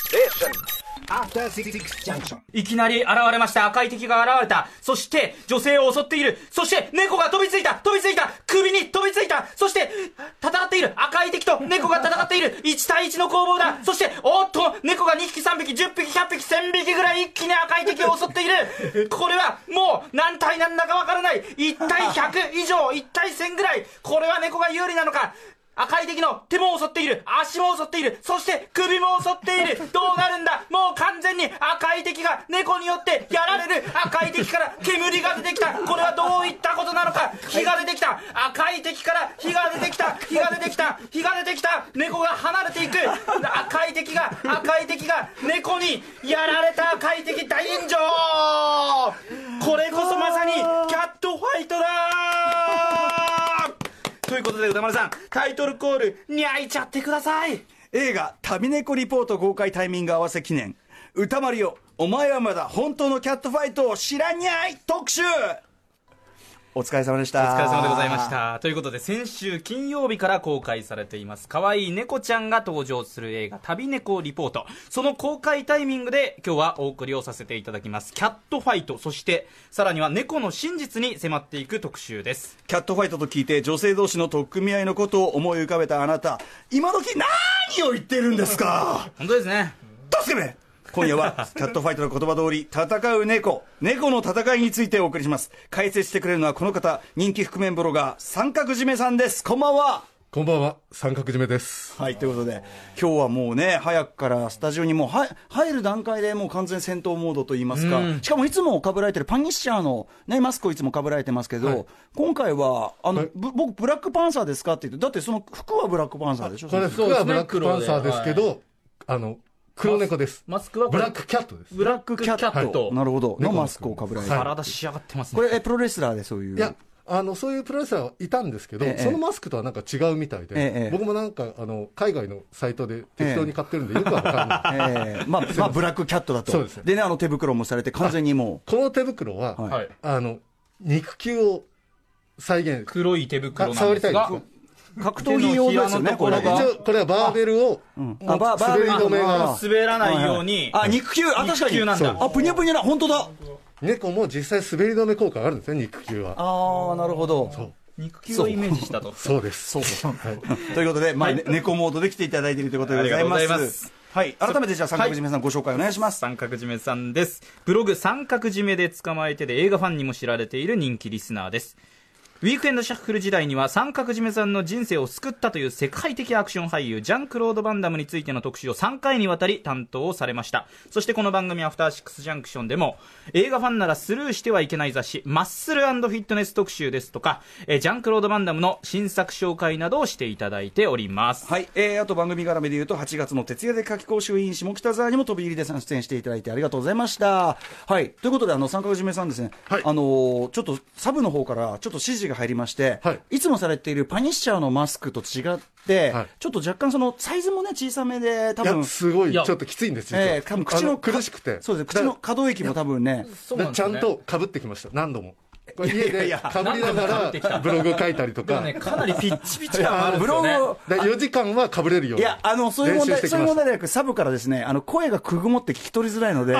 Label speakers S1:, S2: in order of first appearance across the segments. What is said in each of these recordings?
S1: Station.
S2: After Six Junction.
S3: いきなり現れました。赤い敵が現れた。そして、女性を襲っている。そして、猫が飛びついた飛びついた首に飛びついたそして、戦っている赤い敵と猫が戦っている !1 対1の攻防だそして、おっと猫が2匹、3匹、10匹、100匹、1000匹ぐらい一気に赤い敵を襲っているこれは、もう、何対何だかわからない !1 対100以上 !1 対1000ぐらいこれは猫が有利なのか赤い敵の手も襲っている足も襲っているそして首も襲っているどうなるんだもう完全に赤い敵が猫によってやられる赤い敵から煙が出てきたこれはどういったことなのか火が出てきた赤い敵から火が出てきた火が出てきた火が出てきた猫が離れていく赤い敵が赤い敵が猫にやられた赤い敵大炎上これこそまさにキャットファイトだということで歌丸さんタイトルコールにゃいちゃってください
S4: 映画「旅猫リポート」公開タイミング合わせ記念歌丸よお前はまだ本当のキャットファイトを知らにゃい特集お疲れ様でした
S3: お疲れ様でございましたということで先週金曜日から公開されています可愛い猫ちゃんが登場する映画「旅猫リポート」その公開タイミングで今日はお送りをさせていただきますキャットファイトそしてさらには猫の真実に迫っていく特集です
S4: キャットファイトと聞いて女性同士の取っ組み合いのことを思い浮かべたあなた今時何を言ってるんですか
S3: 本当ですね
S4: 助けめ今夜 はキャットファイトの言葉通り戦う猫猫の戦いについてお送りします解説してくれるのはこの方人気覆面ブロガー三角締めさんですこんばんは
S5: こんばんは、三角締めです。
S4: はい、ということで、今日はもうね、早くからスタジオにもうは入る段階でもう完全戦闘モードといいますか、しかもいつもかぶられてるパニッシャーの、ね、マスクをいつもかぶられてますけど、今回はあの、
S5: はい
S4: ぶ僕、ブラックパンサーですかって言って、だってその服はブラックパンサーでしょ、
S5: これ、服はブラックパンサーですけど、あの、黒猫です。
S3: マスクはこ
S5: ブ
S3: れ
S5: ラックキャットです。い
S3: ブラックキャット、
S4: なるほど、の
S5: 猫の
S4: マスクをかぶられてる、
S5: は
S3: 体仕上がってますね
S4: これえ、プロレスラーでそういう。
S5: や、あの、そういうプロレスラーはいたんですけど、
S4: ええ
S5: そのマスクとはなんか違うみたいで、
S4: ええ
S5: 僕もなんか、あの、海外のサイトで適当に買ってるんで、よくわかんない。
S4: えーまあ、まあ、ブラックキャットだと。
S5: そうですね
S4: ね、あの手袋もされて、完全にも
S5: この手袋は、
S4: はい
S3: はい
S5: あの、肉球を再現。
S3: 黒い手袋
S5: あ
S3: なん
S5: 触
S3: で
S5: り
S3: す
S5: たい
S3: が
S5: ですか
S4: う、格闘技用ですよね、
S3: 手のひらのところが
S5: 一応、これはバーベルを、
S4: ん
S5: もう
S4: あバーバー
S5: 滑
S4: ベ
S5: り
S4: ル
S5: 止め
S4: あ
S5: が
S4: あ、
S3: 滑らないように、
S4: あ、肉球、あ、確か
S3: 肉
S4: に。
S3: 球なんだ
S4: あ、ぷにゃぷにゃな、本当だ。
S5: 猫も実際滑り止め効果があるんですね、肉球は。
S4: ああ、なるほど。
S5: そう。
S3: 肉球をイメージしたと
S5: そうです。そうはい。
S4: ということで、まあ、ね猫モードで来ていただいているということでございま
S3: あ
S4: す。
S3: りがとうございます
S4: はい、改めてじゃあ、三角締めさん、ご紹介お願いします。
S3: 三角締めさんですブログ「三角締めで捕まえて」で映画ファンにも知られている人気リスナーですウィークエンドシャッフル時代には三角締めさんの人生を救ったという世界的アクション俳優ジャン・クロード・バンダムについての特集を3回にわたり担当をされましたそしてこの番組「アフターシックス・ジャンクション」でも映画ファンならスルーしてはいけない雑誌「マッスルフィットネス特集」ですとか、えージャン・クロード・バンダムの新作紹介などをしていただいております
S4: はい、えー、あと番組絡みで言うと、8月の徹夜で夏期講習委員、下北沢にも飛び入りで参出演していただいてありがとうございました。はい、ということで、あの、三角締めさんですね、
S5: はい
S4: あのーちょっとサブの方からちょっと指示が入りまして、
S5: はいい、
S4: つもされているパニッシャーのマスクと違って、
S5: はい
S4: ちょっと若干そのサイズもね、小さめで、多
S5: いや
S4: 分、
S5: すごい
S3: い
S5: ちょ
S3: や
S5: っときついんですよ、
S4: えー、多分口
S5: あ
S4: の、
S5: 苦しくて
S4: そうですね、口の可動域も多分ね、
S3: そう
S5: だ
S3: なんです
S5: ちゃ
S3: よ
S5: ん
S3: ね
S5: とかぶってきました何度もこれ家
S4: いやい
S5: で
S4: や
S5: かぶりな
S3: 何度も被
S5: が
S3: ってきた
S5: らブログ書いたりと
S3: でも
S5: か、
S3: ねかなりピッチピチ
S4: い
S3: 感もあ
S4: や
S3: るん
S4: ブ
S3: です
S4: ロ
S3: よね
S4: グ
S5: だ4時間はかぶれるよう
S4: い
S5: に
S4: や、あの、そういう問
S5: 練
S4: 題
S5: 習し、てき
S4: そう
S5: ま
S4: いう
S5: した
S4: 問題ではなく、サブからですね、あの、声がくぐもって聞き取りづらいので、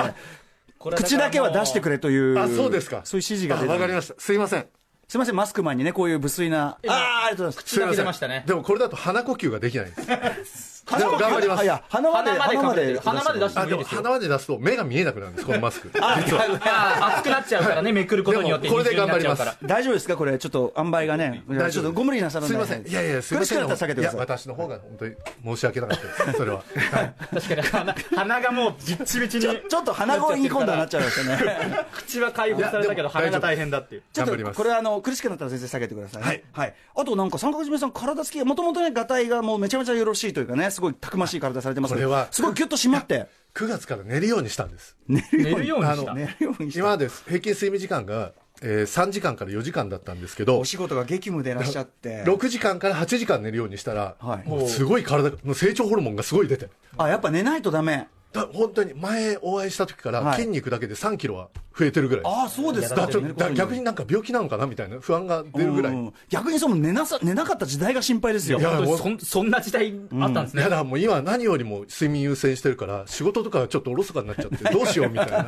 S3: これは
S4: 口だけは出してくれという、
S5: あそうですか
S4: そういう指示が
S5: あ
S4: 出て
S5: わかりましたすいません
S4: すみません、マスクマンにね、こういう無粋な、あ
S3: や
S4: あー、ありがとうございます。
S3: 口
S5: すい
S3: だ
S5: ま
S3: け
S5: せ
S3: 出
S5: ん
S3: ましたね
S5: でもこれだと鼻呼吸ができないんです
S4: 鼻
S5: でも頑張ります
S4: あいや、鼻まで、
S3: 鼻まで
S4: 鼻
S3: 鼻まで出して
S5: あ
S3: もいい
S5: で
S3: で
S5: も
S3: すよ
S5: 鼻まで出すと目が見えなくなるんです このマスク実は
S3: あー熱くなっちゃうからね、めくることによって。
S5: でもこれで頑張ります
S3: 二重になっちゃうか
S4: 大丈夫ですかこれ、ちょっと、塩梅がね。
S5: 大
S4: ち
S5: 丈
S4: ょっ
S5: 夫
S4: とご無理なさらな
S5: す
S4: い
S5: い
S4: よう
S5: ま
S4: に
S5: せんいやいやすい
S4: 苦
S5: ま
S4: し
S5: せ
S4: く
S5: ん
S4: なったら避けてくだ
S5: いや
S4: さい。
S5: 私の方が本当に申し訳なかったです それは
S3: ら。確かに鼻、鼻がもうびっちびちに。
S4: ちょちょっと鼻声に今度はなっちゃいましたね。
S3: 口は解放されたけど、
S5: いやで
S3: 鼻
S5: も
S3: が大変だっていう。
S4: ちょっ
S5: 頑張りま
S4: と
S5: す
S4: これはあの苦しくなったら先生下げてください、ね。はい。あとなんか三角締めさん体つきがもともとねガタイがもうめちゃめちゃよろしいというかねすごいたくましい体されてますけど
S5: これは
S4: すごいギュッと締まって
S5: 9月から寝るようにしたんです
S4: 寝
S3: 寝るようにした。
S5: あ
S3: ね
S4: 寝るようにして
S5: 今まで平均睡眠時間が、えー3時間から4時間だったんですけど
S4: お仕事が激務でいらっしゃって
S5: 6時間から8時間寝るようにしたら、
S4: はい
S5: もうすごい体がもう成長ホルモンがすごい出て
S4: あやっぱ寝ないとダメ
S5: だ本当に前お会いした時か
S4: は
S5: ら
S4: い
S5: 筋肉だけで3キロは増えてるぐらいです
S4: ああ、そうです
S5: だから
S4: か。
S5: ちょっとだ逆になんか病気なのかなみたいな不安が出るぐらい、
S4: うん逆にその寝なさ寝なかった時代が心配ですよ。
S5: いや
S3: 本当
S5: も
S3: に
S5: う
S3: そんそんな時代あったんです
S5: いや
S3: ね
S5: だ。からもう今、何よりも睡眠優先してるから、仕事とかちょっとおろそかになっちゃって、どうしようみた いな、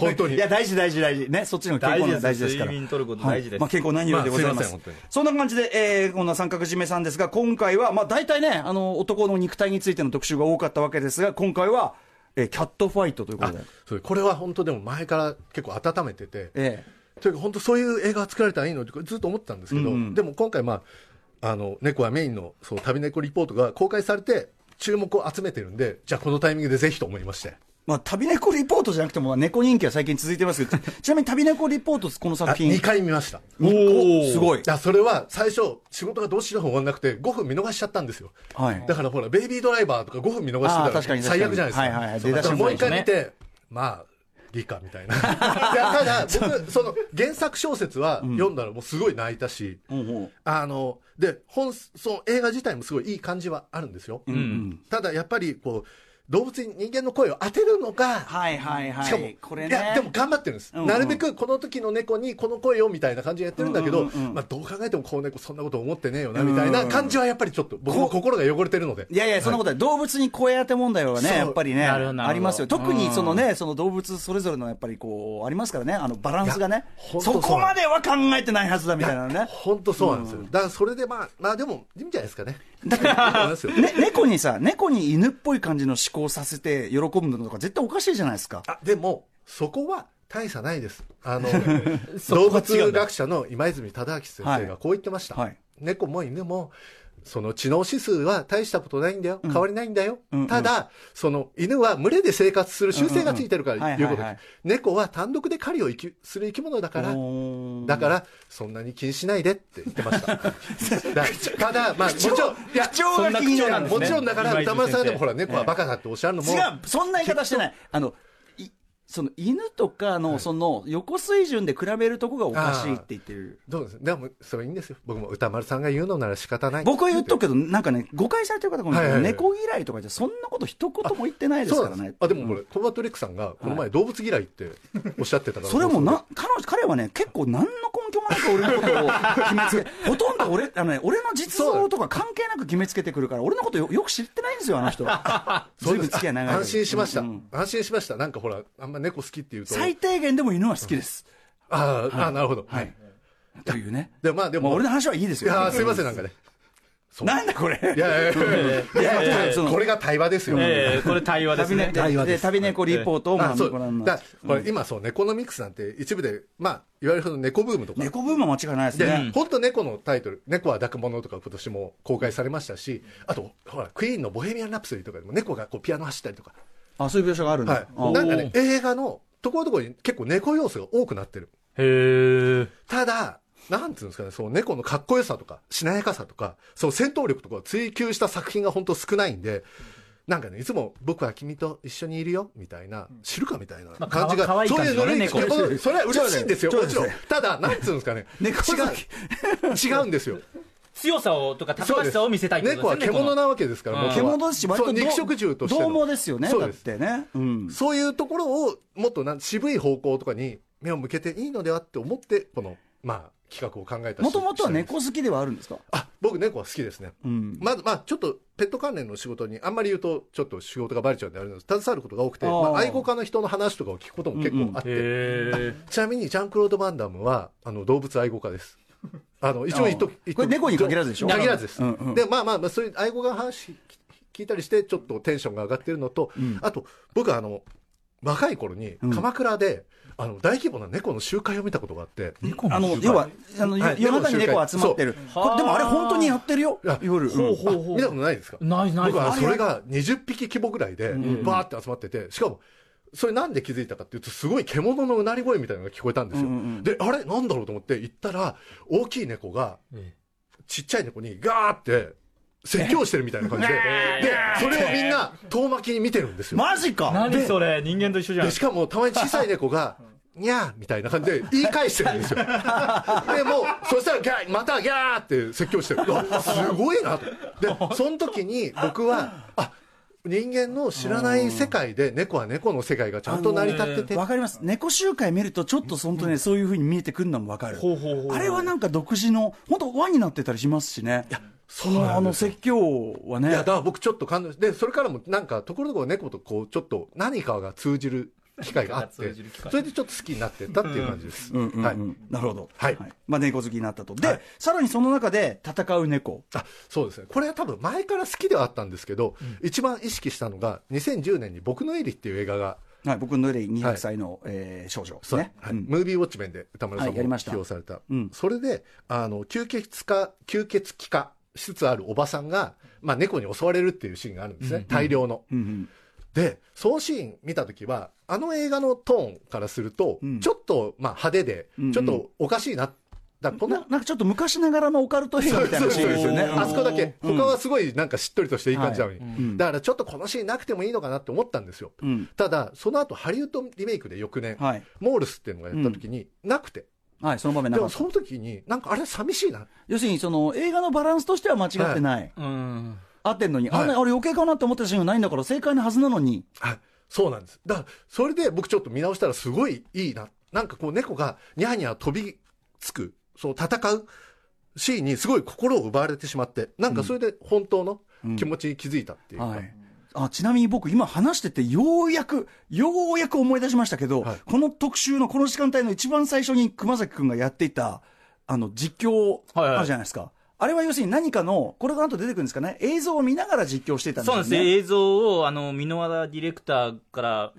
S5: 本当に
S4: いや、大事、大事、大事。ね、そっちの健康の方が大
S3: 大
S4: 事
S3: 事
S4: で
S3: ですす
S4: から。
S3: 睡眠取ること大事です
S4: まあ、健康何よりでございま。
S5: ますあすいません本当に
S4: そんな感じで、えーこんな三角締めさんですが、今回は、まあ、大体ね、あの、男の肉体についての特集が多かったわけですが、今回は、えーキャットファイトということで。
S5: それこれは本当でも前から結構温めてて、
S4: え
S5: というか本当そういう映画が作られたらいいのってずっと思ってたんですけど、でも今回、まあ、あの猫はメインのそう旅猫リポートが公開されて注目を集めてるんでじゃあこのタイミングでぜひと思いまして
S4: まあ、旅猫リポートじゃなくても、まあ猫人気は最近続いてます けど、ちなみに旅猫リポート、この作
S5: あ
S4: 品
S5: 2。回見ました
S4: お
S3: ー
S4: すごい
S5: い。やそれは最初仕事がどうしようも終わらなくて5分見逃しちゃったんですよ、
S4: はい
S5: だからほらベイビードライバーとか5分見逃
S4: あー
S5: し
S4: 確か
S5: てた
S4: に
S5: ら
S4: 確かに
S5: 最悪じゃないですか
S4: はいはいはい
S5: そう
S4: 出だし
S5: だから
S4: も
S5: も
S4: そううです
S5: 一
S4: ね
S5: 回見て、まあ理科みたいな いや ただ僕その原作小説は読んだらもうすごい泣いたし、
S4: うんうん
S5: あので本その映画自体もすごいいい感じはあるんですよ、ただやっぱりこう動物に人間の声を当てるのが、
S4: はいはいはい。
S5: しかも、
S4: これね。
S5: いやでも頑張ってるんです、
S4: うんうん
S5: なるべくこの時の猫にこの声をみたいな感じでやってるんだけど、
S4: うんうんうん
S5: まあ、どう考えてもこの猫そんなこと思ってねえよなみたいな感じはやっぱりちょっと僕も心が汚れてるので
S4: いやいや、そんなことない、動物に声当て問題はね、
S5: そう
S4: やっぱりね、
S3: なるほどなるほど
S4: ありますよ、特にそのね、その動物それぞれのやっぱりこう、ありますからね、あのバランスがね
S5: いや、ほんと
S4: そ
S5: そう
S4: こまでは考えてないはずだみたいなのね、
S5: 本当そうなんですよ、だからそれでまあまあでもいいんじゃないですかね
S4: だって
S5: いいと思いますよ
S4: ね猫にさ、猫に犬っぽい感じの思考させて喜ぶのとか、絶対おかしいじゃないですか。
S5: あでもそこは大差ないですあ の
S3: そ
S5: 動
S3: こは違う
S5: 物
S3: んだ
S5: 学者の今泉忠明先生がこう言ってました、
S4: はいはい
S5: 猫も犬もその知能指数は大したことないんだよ、変わりないんだよ、
S4: うんうん
S5: ただその犬は群れで生活する習性がついてるか
S4: うんうんうん
S5: らいうことで
S4: はい
S5: す、
S4: はいはい
S5: 猫は単独で狩りを生きする生き物だから
S4: おー
S5: だからそんなに気にしないでって言ってまし ただただまあもちろんいや
S4: 口調が気にな
S3: そ
S4: る
S3: んな口調なんで
S5: もちろんだか
S3: 今
S5: ら
S3: 泉
S5: 歌丸さん
S3: 先
S5: で
S3: 生
S5: もほら猫はバカだっておっしゃるのも、
S4: 違う、そんな言い方してない。あのいその犬とかのその横水準で比べるとこがおかしいって言ってる。
S5: どうですでも、それいいんですよ。僕も歌丸さんが言うのなら仕方ない。
S4: 僕は言っとくけど、なんかね、誤解されてる方かもしれない
S5: はいはいはい
S4: 猫嫌いとかじゃ、そんなこと一言も言ってないです
S5: そう
S4: か
S5: な
S4: ら
S5: ん
S4: ね
S5: ですよ。あ、でもこれ、コバトレックさんが、この前、動物嫌いっておっしゃってたから。
S4: それも
S5: 放送
S4: な、彼女、彼はね、結構何の根拠もなく俺のことを決めつけ、ほとんど俺、あのね、俺の実像とか関係なく決めつけてくるから、俺のことよよく知ってないんですよ、あの人。
S5: で
S4: ずいぶん付き合い長いか
S5: あ
S4: ら。
S5: 安心しました、
S4: うん
S5: 安心しました。なんかほら、あんま猫好きっていうと。
S4: 最低限でも犬は好きです。
S5: あーあー、なるほど。
S4: はい。というね。
S5: でもまあ、で
S4: まあ
S5: も、
S4: 俺
S5: い
S4: の話はいいですよ。
S5: やーすいません、なんかね。そう
S4: なんだこれ。
S5: いやいやいやいやいやいやいや
S4: その
S5: これが対話ですよ。
S3: ええこれ対話です
S4: 旅
S3: ね
S4: ね。
S5: 対話で
S4: です旅猫リポートをま
S5: あ
S4: あ
S5: そ
S4: ご
S5: うだ
S4: 覧にな
S5: か
S4: っ
S5: らこれ今そうネコノミクスなんて一部でまあいわゆるその猫ブームとか
S4: 猫ブームは間違いないです
S5: で、
S4: ね。
S5: 本当猫のタイトル、猫は抱くものとか今年も公開されましたし、あと、ほら、クイーンのボヘミアン・ラプソディとかでも猫がこうピアノ走ったりとか、
S4: あ、そういう描写があるんだ。あ
S5: は
S4: ー
S5: い。なんかね、映画のところどころに結構猫要素が多くなってる。
S3: へえ。
S5: ただ、なんていうんですかね、その猫のかっこよさとか、しなやかさとか、その戦闘力とかを追求した作品が本当少ないんで、なんかね、いつも僕は君と一緒にいるよ、みたいな、知るかみたいな
S3: まあ
S5: 感じが、
S3: かわいい
S5: そう
S3: 感
S5: い
S3: じ
S5: う
S3: の
S5: の
S3: ね
S5: に、
S3: 猫
S5: そうそれは嬉しいんですよ、
S4: ちょっ
S5: も
S4: と
S5: ち
S4: 待っ
S5: ろ
S4: て
S5: ん。ただ、なんていうんですかね、
S4: 猫好き
S5: 違う、違うんですよ。
S3: 強さをとか、たくましさを見せたいって
S5: 猫
S3: こと
S5: は
S3: ですね。
S5: 獣なわけですから、
S3: うん
S5: 元は
S4: 獣ですし、割
S5: そ
S4: と
S5: う
S4: ど
S5: 肉食獣としての
S4: どう猛ですよね、
S5: そ
S4: だ
S5: う
S4: っ
S5: です
S4: てね。うん。
S5: そういうところをもっとなん渋い方向とかに目を向けていいのではって思ってこのまあ企画を考えたし
S4: もともとは猫好きではあるんですか
S5: あ僕猫は好きですね、
S4: うん。
S5: まずまあちょっとペット関連の仕事にあんまり言うとちょっと仕事がバレちゃうんであれなんです携わることが多くて
S4: あー
S5: まあ、愛好家の人の話とかを聞くことも結構あって、
S3: へえ。
S5: ちなみにジャンクロード・バンダムはあの動物愛好家ですあの一応言っと
S4: あー
S5: 言っ
S4: こ
S5: と
S4: れ猫に限らずでしょ
S5: 限らずです、
S4: うんうん
S5: でまあまあまあそういう愛護が話聞いたりしてちょっとテンションが上がってるのと、
S4: ん
S5: あと僕はあの若い頃に
S4: ん
S5: 鎌倉で、あの大規模な猫の集会を見たことがあって、
S4: あの、要は、あの、
S5: はい
S4: 夜中に猫集まってる。
S3: そう
S4: これでもあれ本当にやってるよ
S5: いや、
S4: 夜。うん
S5: あ見たことないですか
S3: ないない
S5: 僕は
S3: ない。
S5: それが20匹規模ぐらいでバーって集まっててしかもそれなんで気づいたかっていうとすごい獣のうなり声みたいなのが聞こえたんですよ、
S4: うんうんうん
S5: であれなんだろうと思って行ったら大きい猫がちっちゃい猫にガーって説教してるみたいな感じで、で、それをみんな遠巻きに見てるんですよ。
S4: マジか
S3: 何それ人間と一緒じゃん
S5: で、。しかもたまに小さい 猫が、にゃーみたいな感じで言い返してるんですよ。でもう、そしたらギャー、また ギャーって説教してる。うわすごいなと。で、その時に僕は、あ、人間の知らない世界で猫は猫の世界がちゃんと成り立ってて、
S4: わかります猫集会見るとちょっと本当ね、そういうふうに見えてくるのもわかる
S3: ほうほうほう
S4: あれはなんか独自の本当輪になってたりしますしねそ
S5: そう
S4: の
S5: な
S4: あ
S5: ん
S4: の
S5: ですよ
S4: 説教はね
S5: いやだから僕ちょっと感動してでそれからもなんかところどころ猫とこうちょっと何かが通じる機会があっ
S3: 何かが
S5: て
S3: 通じる機会
S5: それでちょっと好きになってったっていう感じです、
S4: うんうんうん
S5: はい
S4: なるほど、
S5: はい
S4: まあ、猫好きになったと、で、
S5: はい
S4: さらにその中で戦う猫、
S5: あそうですねこれは多分前から好きではあったんですけど、一番意識したのが2010年に「僕のエリ」っていう映画が、
S4: はい、僕の例
S5: は
S4: 200
S5: い
S4: 歳の、えー少女です
S5: そう
S4: ね、
S5: はい
S4: うん
S5: ムービーウォッチメンで歌丸さん
S4: はいやり
S5: も
S4: まし
S5: 起
S4: た
S5: 用された、
S4: うん
S5: それであの吸血化吸血鬼化しつつあるおばさんが、まあ、猫に襲われるっていうシーンがあるんですね、大量の。
S4: うんうん
S5: でそのシーン見た時はあの映画のトーンからすると、
S4: うん
S5: ちょっとまあ派手で、
S4: うんうん
S5: ちょっとおかしいなだからこ
S4: な
S5: の
S4: なんかちょっと昔ながらのオカルト映画みたいなシーンですよね
S5: そうそうそうそうあそこだけ、
S4: うん
S5: 他はすごいなんかしっとりとしていい感じなのに、
S3: はい
S4: うん
S5: だからちょっとこのシーンなくてもいいのかなって思ったんですよ、
S4: うん
S5: ただその後ハリウッドリメイクで翌年、
S4: はい、
S5: モールスっていうのがやった時に、なくて
S4: はい、その場面な
S5: で
S4: か
S5: も
S4: った
S5: その時になんかあれ寂しいな
S4: 要するにその映画のバランスとしては間違ってない、
S3: うん
S4: 合ってんのに、
S5: はい
S4: あんなあれ余計かなって思ってたシーンがないんだから正解のはずなのに
S5: はい、そうなんです。だから、それで僕ちょっと見直したらすごいいいな。なんかこう猫がニャーニャー飛びつく、そう戦うシーンにすごい心を奪われてしまって、なんかそれで本当の気持ちに気づいたっていうか。
S4: はい、あちなみに僕、今話してて、ようやく、ようやく思い出しましたけど、
S5: はい
S4: この特集のこの時間帯の一番最初に熊崎君がやっていた、あの実況、
S3: はいはい
S4: あるじゃないですか。あれは要するに何かの、これが後で出てくるんですかね、映像を見ながら実況していたんです
S3: そう
S4: よ
S3: な
S4: ね。
S3: んです、映像をあの箕輪田ディレクターから、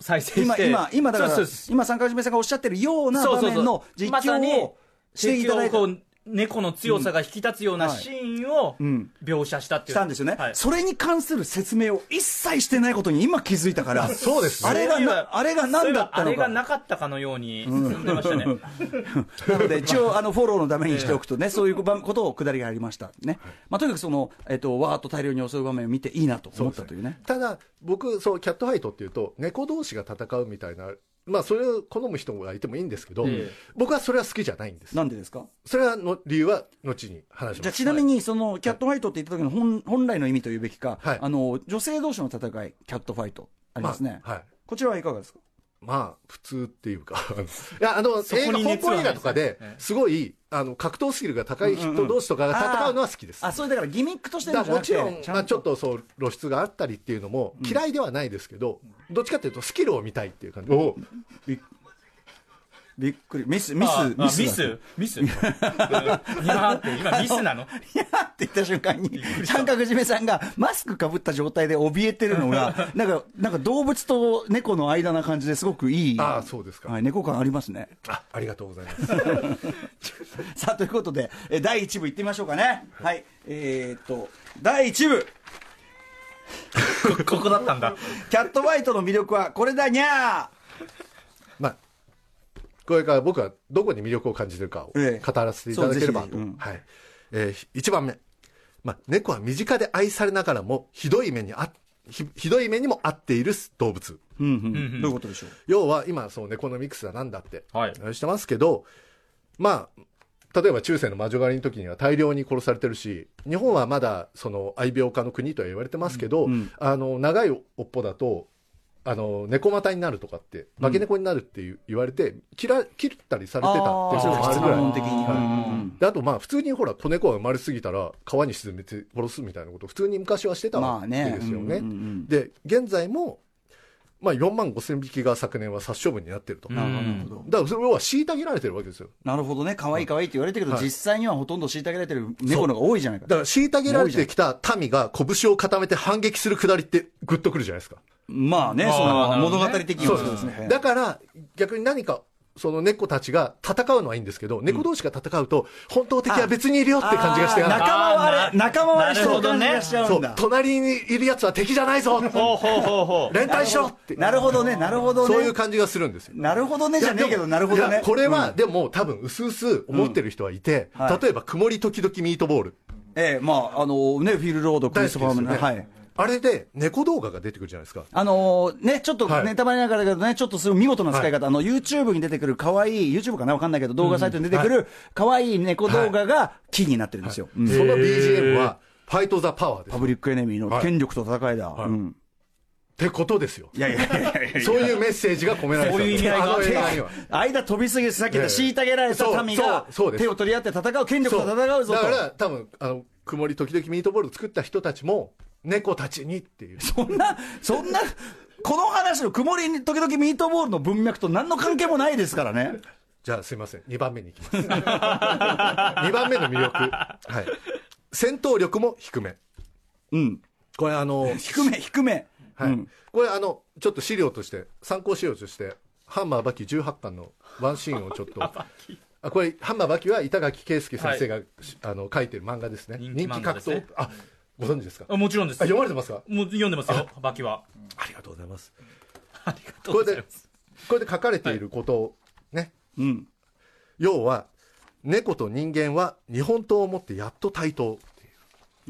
S3: 再生し
S4: 今、
S3: て
S4: 今、今だから
S3: そうです、そうです
S4: 今、三角締めさんがおっしゃってるような
S3: そう
S4: 場
S3: そうそう
S4: 面の実
S3: まさに
S4: 況をしていただい
S3: 実況
S4: た
S3: をこう猫の強さが引き立つような
S4: うんはい
S3: シーンを
S4: ん
S3: 描写したってい
S4: し
S3: う、
S4: たんですよね、
S3: はい
S4: それに関する説明を一切してないことに今気づいたから、
S5: そうですね
S4: あれが
S3: そういえば
S4: な、あれが何だった
S3: そ
S4: の
S3: ういえばあれが
S4: か。
S3: なかったかのように進んでまし たね、
S4: なので、一応、あの、フォローのためにしておくとね、そういうばんことを下りがありましたね。まあ、とにかくその、えっと、わーっと大量に襲う場面を見ていいなと思ったというね。
S5: ただ、僕、そう、キャットファイトっていうと、猫同士が戦うみたいな、まあ、それを好む人がいてもいいんですけど、
S3: ええ
S5: 僕はそれは好きじゃないんです。
S4: なんでですか
S5: それはの理由は後に話し
S4: じゃ
S5: ま
S4: あ、
S5: す。
S4: ちなみに、その、キャットファイトって言った時の本本来の意味というべきか、
S5: はい
S4: あの、女性同士の戦い、キャットファイト、ありますね。
S5: まあはい。
S4: こちらはいかがですか
S5: まあ、普通っていうか、 いや、あの、
S3: そこに
S5: 映画、香
S3: 熱は
S5: 港
S3: ない
S5: 映画とかで
S3: ですね、
S5: すごい、あの、格闘スキルが高い人同士とかが戦うのは好きです。
S4: あ、それだからギミックとしての
S5: だ
S4: じゃ
S5: か
S4: な
S5: らも
S4: くて
S5: ちろん、
S4: ちゃ
S5: まあ、
S4: ん
S5: ちょっ
S4: と。
S5: とそう、露出があったりっていうのも嫌いではないですけど、どっちかっていうとスキルを見たいっていう感じ。
S4: びっくり。ミス、ミ
S3: ああ
S4: ス、ミスだ。
S3: ミスミスいやーって今ミスなの
S4: いやーって言った瞬間に、三角締めさんがマスクかぶった状態で怯えてるの が、なんか、なんか動物と猫の間な感じですごくいい。
S5: ああそうですか
S4: はい、猫感ありますね。
S5: あ、ありがとうございます。
S4: さあ、ということで、え第1部いってみましょうかね。はい。えーっと、第1部、
S3: こここだったんだ
S4: キャットファイトの魅力はこれだにゃ
S5: まあ、これから僕はどこに魅力を感じてるかを
S4: ええ
S5: 語らせていただければ
S4: そうぜ
S5: と。
S4: ひぜひうん
S5: はい。えー、1番目。まあ、猫は身近で愛されながらも、ひどい目にあ、ひひどい目にも遭っている動物。
S4: ーうんうん
S3: うん
S4: どういうことでしょう
S5: 要は今そうネコノミクスだなんだって
S3: はい
S5: 話してますけど、まあ例えば中世の魔女狩りの時には大量に殺されてるし日本はまだその愛病家の国とは言われてますけど、
S4: ん
S5: あの長い尾っぽだとあの猫股になるとかって化け猫になるっていう言われて切ら切ったりされてたっていうのがあるぐらい
S4: 基本的に。
S3: はい
S4: うん
S5: であとまあ普通にほら子猫が生まれすぎたら川に沈めて殺すみたいなことを普通に昔はしてた
S4: ま
S5: わ
S4: あ
S5: け
S4: ね
S5: ですよね。
S4: うんうんうん
S5: で現在も、まあ、4万5千匹が昨年は殺処分になってると、
S3: う
S5: だか
S3: ん
S5: らそれは虐げられてるわけですよ
S4: なるほどね、可愛い可愛いって言われてるけど、
S5: はい
S4: 実際にはほとんど虐げられてる猫の方が多いじゃないか。
S5: だから虐げられてきた民が拳を固めて反撃するくだりってグッとくるじゃないですか、
S4: まあね、
S3: あー
S4: その
S3: なるほ
S4: 物
S3: どね
S4: 語的には
S5: そうです
S4: ね
S5: だから逆に何かその猫たちが戦うのはいいんですけど、猫同士が戦うと本当的は別にいるよって感じがして
S4: あー
S5: なんか
S4: 仲間割
S3: あー
S4: れ、
S3: な
S4: 仲間割れしてる
S3: なるほ
S4: 感
S3: ど
S4: じ
S3: ね
S4: がしちゃ
S5: そ
S4: うん
S5: う
S4: だ。
S5: 隣にいるやつは敵じゃないぞ
S3: ほうほうほうほう
S5: 連帯しろって
S4: なるほどね、なるほどね。
S5: そういう感じがするんですよ
S4: なるほどねじゃねえけど、なるほど
S5: い
S4: ね
S5: や。これは、でも多分薄々思ってる人はいて、
S4: うんはい
S5: 例えば曇り時々ミートボール
S4: ええ、まあ、あのね、フィールドロード、ク
S5: 大
S4: リス
S5: 好き
S4: トファー
S5: です
S4: ム
S5: よ
S4: の、
S5: ね、
S4: はい。
S5: あれで猫動画が出てくるじゃないですか
S4: あのね、ちょっと
S5: はい
S4: ネタバレながらだけどね、ちょっとすごい見事な使い方、あの、YouTube に出てくる可愛い、YouTube かなわかんないけど、動画サイトに出てくる可愛い猫動画がキーになってるんですよ。うん
S5: その BGM はファイト・ザ・パワーです。
S4: パ
S5: っ
S4: ブリックエネミーの権力と戦いだ。う
S5: い
S4: ん。
S5: てことですよ。
S4: いやいやいやいやいや
S5: そういうメッセージが込められて
S3: そういう意味合いがあ
S5: あ
S3: っ
S5: の
S3: て
S5: 映画には。
S4: 間飛びすぎて、さっき言った虐げられた民が
S5: そうそうそうです
S4: 手を取り合って戦う、権力と戦うぞ
S5: だ
S4: と。
S5: から多分あの曇り時々ミートボール作った人たちも猫たちにっていう
S4: そんな、そんな、この話の曇りに時々ミートボールの文脈と何の関係もないですからね。
S5: じゃあすいません2番目に行きます2番目の魅力、はい、戦闘力も低め
S4: うん。
S5: これあの、
S4: 低め、低め。
S5: は
S4: う
S5: い
S4: ん
S5: これあのちょっと資料として参考資料としてハンマーバキ18巻のワンシーンをちょっとあこれハンマーバキは板垣圭介先生が、あの書いてる漫画ですね
S3: 人
S5: 人
S3: 気
S5: 気
S3: 漫画
S5: 格
S3: です
S5: 闘、
S3: ね
S5: あご存知ですかあ
S3: あもちろんです。
S5: 読まれてますか
S3: もう読んでますよ、バキは。
S5: ありがとうございます
S3: ありがとうご
S5: これ
S3: ざい
S5: で
S3: ます。
S5: これで書かれていることをね、
S4: うん。
S5: 要は猫と人間は日本刀を持ってやっと対等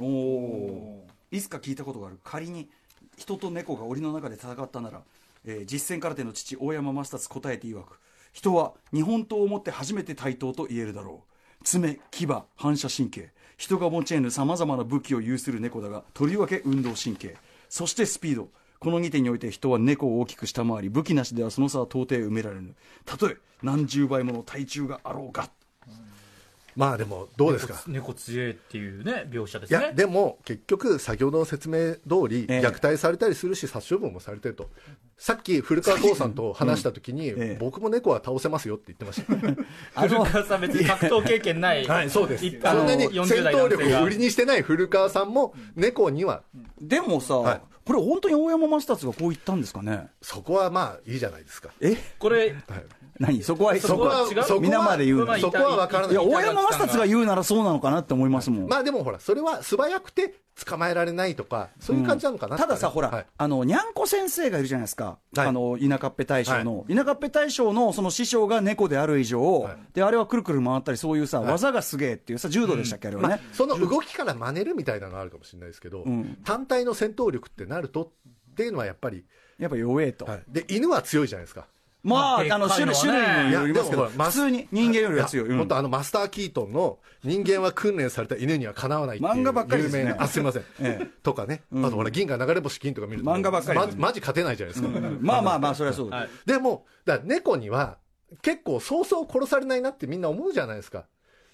S4: おおいつか聞いたことがある仮に人と猫が檻の中で戦ったなら、えー実践空手の父大山マスタツ答えて曰く人は日本刀を持って初めて対等と言えるだろう爪牙反射神経人が持ち得ぬさまざまな武器を有する猫だがとりわけ運動神経そしてスピードこの2点において人は猫を大きく下回り武器なしではその差は到底埋められぬたとえ何十倍もの体重があろうが
S5: まあでもどうですか
S3: 猫強いっていうね、描写で
S5: い
S3: す
S5: や
S3: ね。
S5: でも結局先ほどの説明通り
S4: ええ
S5: 虐待されたりするし殺処分もされてるとさっき古川光さんと話した時に
S4: ええ
S5: 僕も猫は倒せますよって言ってました
S3: 古川さん別に格闘経験ない。
S5: はいそうです
S3: 一
S5: そ
S3: 般
S5: ん
S3: の
S5: なに戦
S3: 40代
S5: 闘
S3: 男
S5: 力
S3: 性
S5: を
S3: が
S5: 売りにしてない古川さんも猫には
S4: でもさ、
S5: はい
S4: これ本当に大山マスタツがこう言ったんですかね
S5: そこはまあいいじゃないですか
S4: え
S3: これ、
S4: 何そこは
S5: そこ
S3: そ
S5: は
S3: こは違う
S5: そこ
S4: 皆まで言うな
S5: はそこは分からないい
S4: や大山マスタツが言うならそうなのかなって思いますもん、
S5: まあでもほらそれは素早くて捕まえられないとかそういう感じなのかな
S4: たださ、ほら、
S5: はい
S4: あのにゃんこ先生がいるじゃないですか、
S5: はい
S4: あの田舎っぺ大将の、田舎っぺ大将のその師匠が猫である以上、
S5: はい
S4: であれはくるくる回ったり、そういうさ、
S5: はい
S4: 技がすげえっていうさ、柔道でしたっけ、あれはね、
S5: その動きから真似るみたいなのがあるかもしれないですけど、
S4: ん
S5: 単体の戦闘力ってなるとっていうのはやっぱり、
S4: やっぱ弱えと、
S5: で犬は強いじゃないですか。
S4: まあ、
S3: まあ
S4: あの種類
S3: でっかい
S4: 種
S3: のは
S4: 類
S3: ね
S4: によりますけど、
S5: いやでもほら
S4: 普通に人間よりは強い、
S5: いや
S4: うん
S5: 本当あのマスター・キートンの人間は訓練された犬にはかなわないっていう
S4: 漫画ばっかりですね
S5: 有名なあすみません、
S4: ええ
S5: とかね、あとほら銀河流れ星金とか見ると
S4: 漫画ばっかりですね
S5: まマジ勝てないじゃないですか、
S4: まあまあまあ、それはそうだ、
S3: はい
S5: でも、だから猫には結構そうそう殺されないなってみんな思うじゃないですか。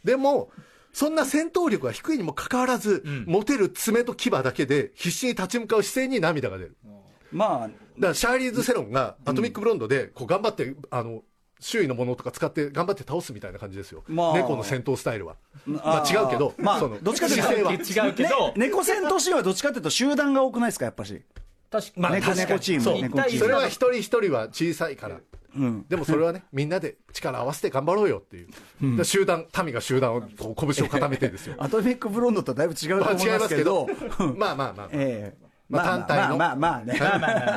S5: でも、そんな戦闘力が低いにもかかわらず、
S3: ん
S5: 持てる爪と牙だけで必死に立ち向かう姿勢に涙が出る。だか
S4: まあ、
S5: らシャーリーズ・セロンがアトミック・ブロンドでこう頑張って、あの、周囲のものとか使って頑張って倒すみたいな感じですよ。
S4: まあ
S5: 猫の戦闘スタイルは。
S4: あ
S5: まあ違うけど、
S4: まあ
S5: その、
S4: どっちかというと
S5: 姿勢は。
S3: 違うけど、
S4: 猫戦闘シーンはどっちかっていうと、集団が多くないですか、やっぱし。
S3: 確か
S5: まあ
S4: 猫
S5: 確かに
S4: 猫チーム
S5: そう
S4: 猫チーム
S5: それは一人一人は小さいから。
S4: うん。
S5: でもそれはね、みんなで力合わせて頑張ろうよっていう、だから集団、民が集団をこう拳を固めてですよ
S4: アトミックブロンドとはだいぶ違うと
S5: まあ
S4: 思い
S5: 違い
S4: ま
S5: ますす
S4: け
S5: けど
S4: ど、、
S5: まあまあまあ、
S4: ええ
S5: まあ単体の
S4: まあまあまあね。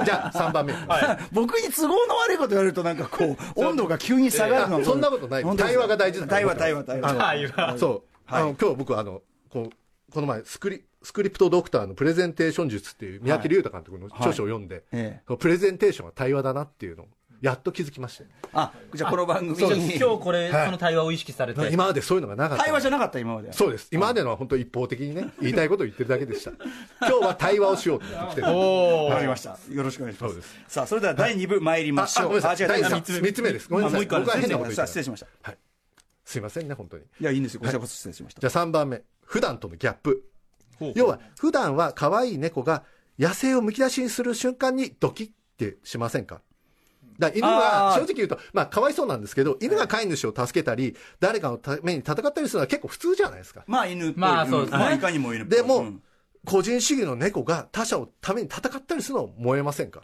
S5: じゃあ3番目、
S4: 僕に都合の悪いこと言われると、なんかこう、温度が急に下がるの
S5: いやそんなことない
S4: 本当です
S5: 対話が大事だと
S4: 対話、
S5: 思って
S4: 対話、対
S5: あ
S4: 話。
S5: の
S3: 対話
S5: そう、あの今日僕あのこう、この前スクリ、スクリプトドクターのプレゼンテーション術っていう、三宅龍太監督の著書を読んで、
S4: ええ
S5: こうプレゼンテーションは対話だなっていうのを、やっと気づきまして、
S4: あ、じゃあこの番組
S3: 今
S4: に
S3: 日。これ、
S5: はい
S3: その対話を意識されて、
S5: 今までそういうのがなかった
S4: 対話じゃなかった、今まで。
S5: そうです今までのは本当一方的にね言いたいことを言ってるだけ でした今日は対話をしようって言ってきてる
S4: わかりました。よろしくお願いしま
S5: そうです
S4: す。さあ、それでは第2部参りまし
S5: あ、ご
S4: ょ
S5: めん
S4: う。
S5: なさい。
S4: 違う、
S5: 第
S4: 第
S5: 三
S4: 3
S5: 三つ目です。ごめんな
S3: まあも
S5: さい。
S3: う一個ある
S5: 僕は変なこと言って
S4: さ
S5: ま
S4: あ、失礼しました。
S5: はい。すいませんね、本当に。
S4: いや、いいんですよ。こちらこそ失礼しました
S5: じ。ゃあ3番目。普段とのギャップ
S3: ほう。
S5: 要は、普段は可愛い猫が野生をむき出しにする瞬間にドキってしませんかだから犬
S4: あ
S5: は
S4: ー
S5: 正直言うと、まあ、かわいそうなんですけど、犬が飼い主を助けたり、誰かのために戦ったりするのは結構普通じゃないですか。
S4: まあ、犬っぽい。
S3: まあそうですね
S4: んまあいかにも犬っぽい。
S5: で
S4: う
S5: も
S4: ん、
S5: 個人主義の猫が他者のために戦ったりするのは燃えませんか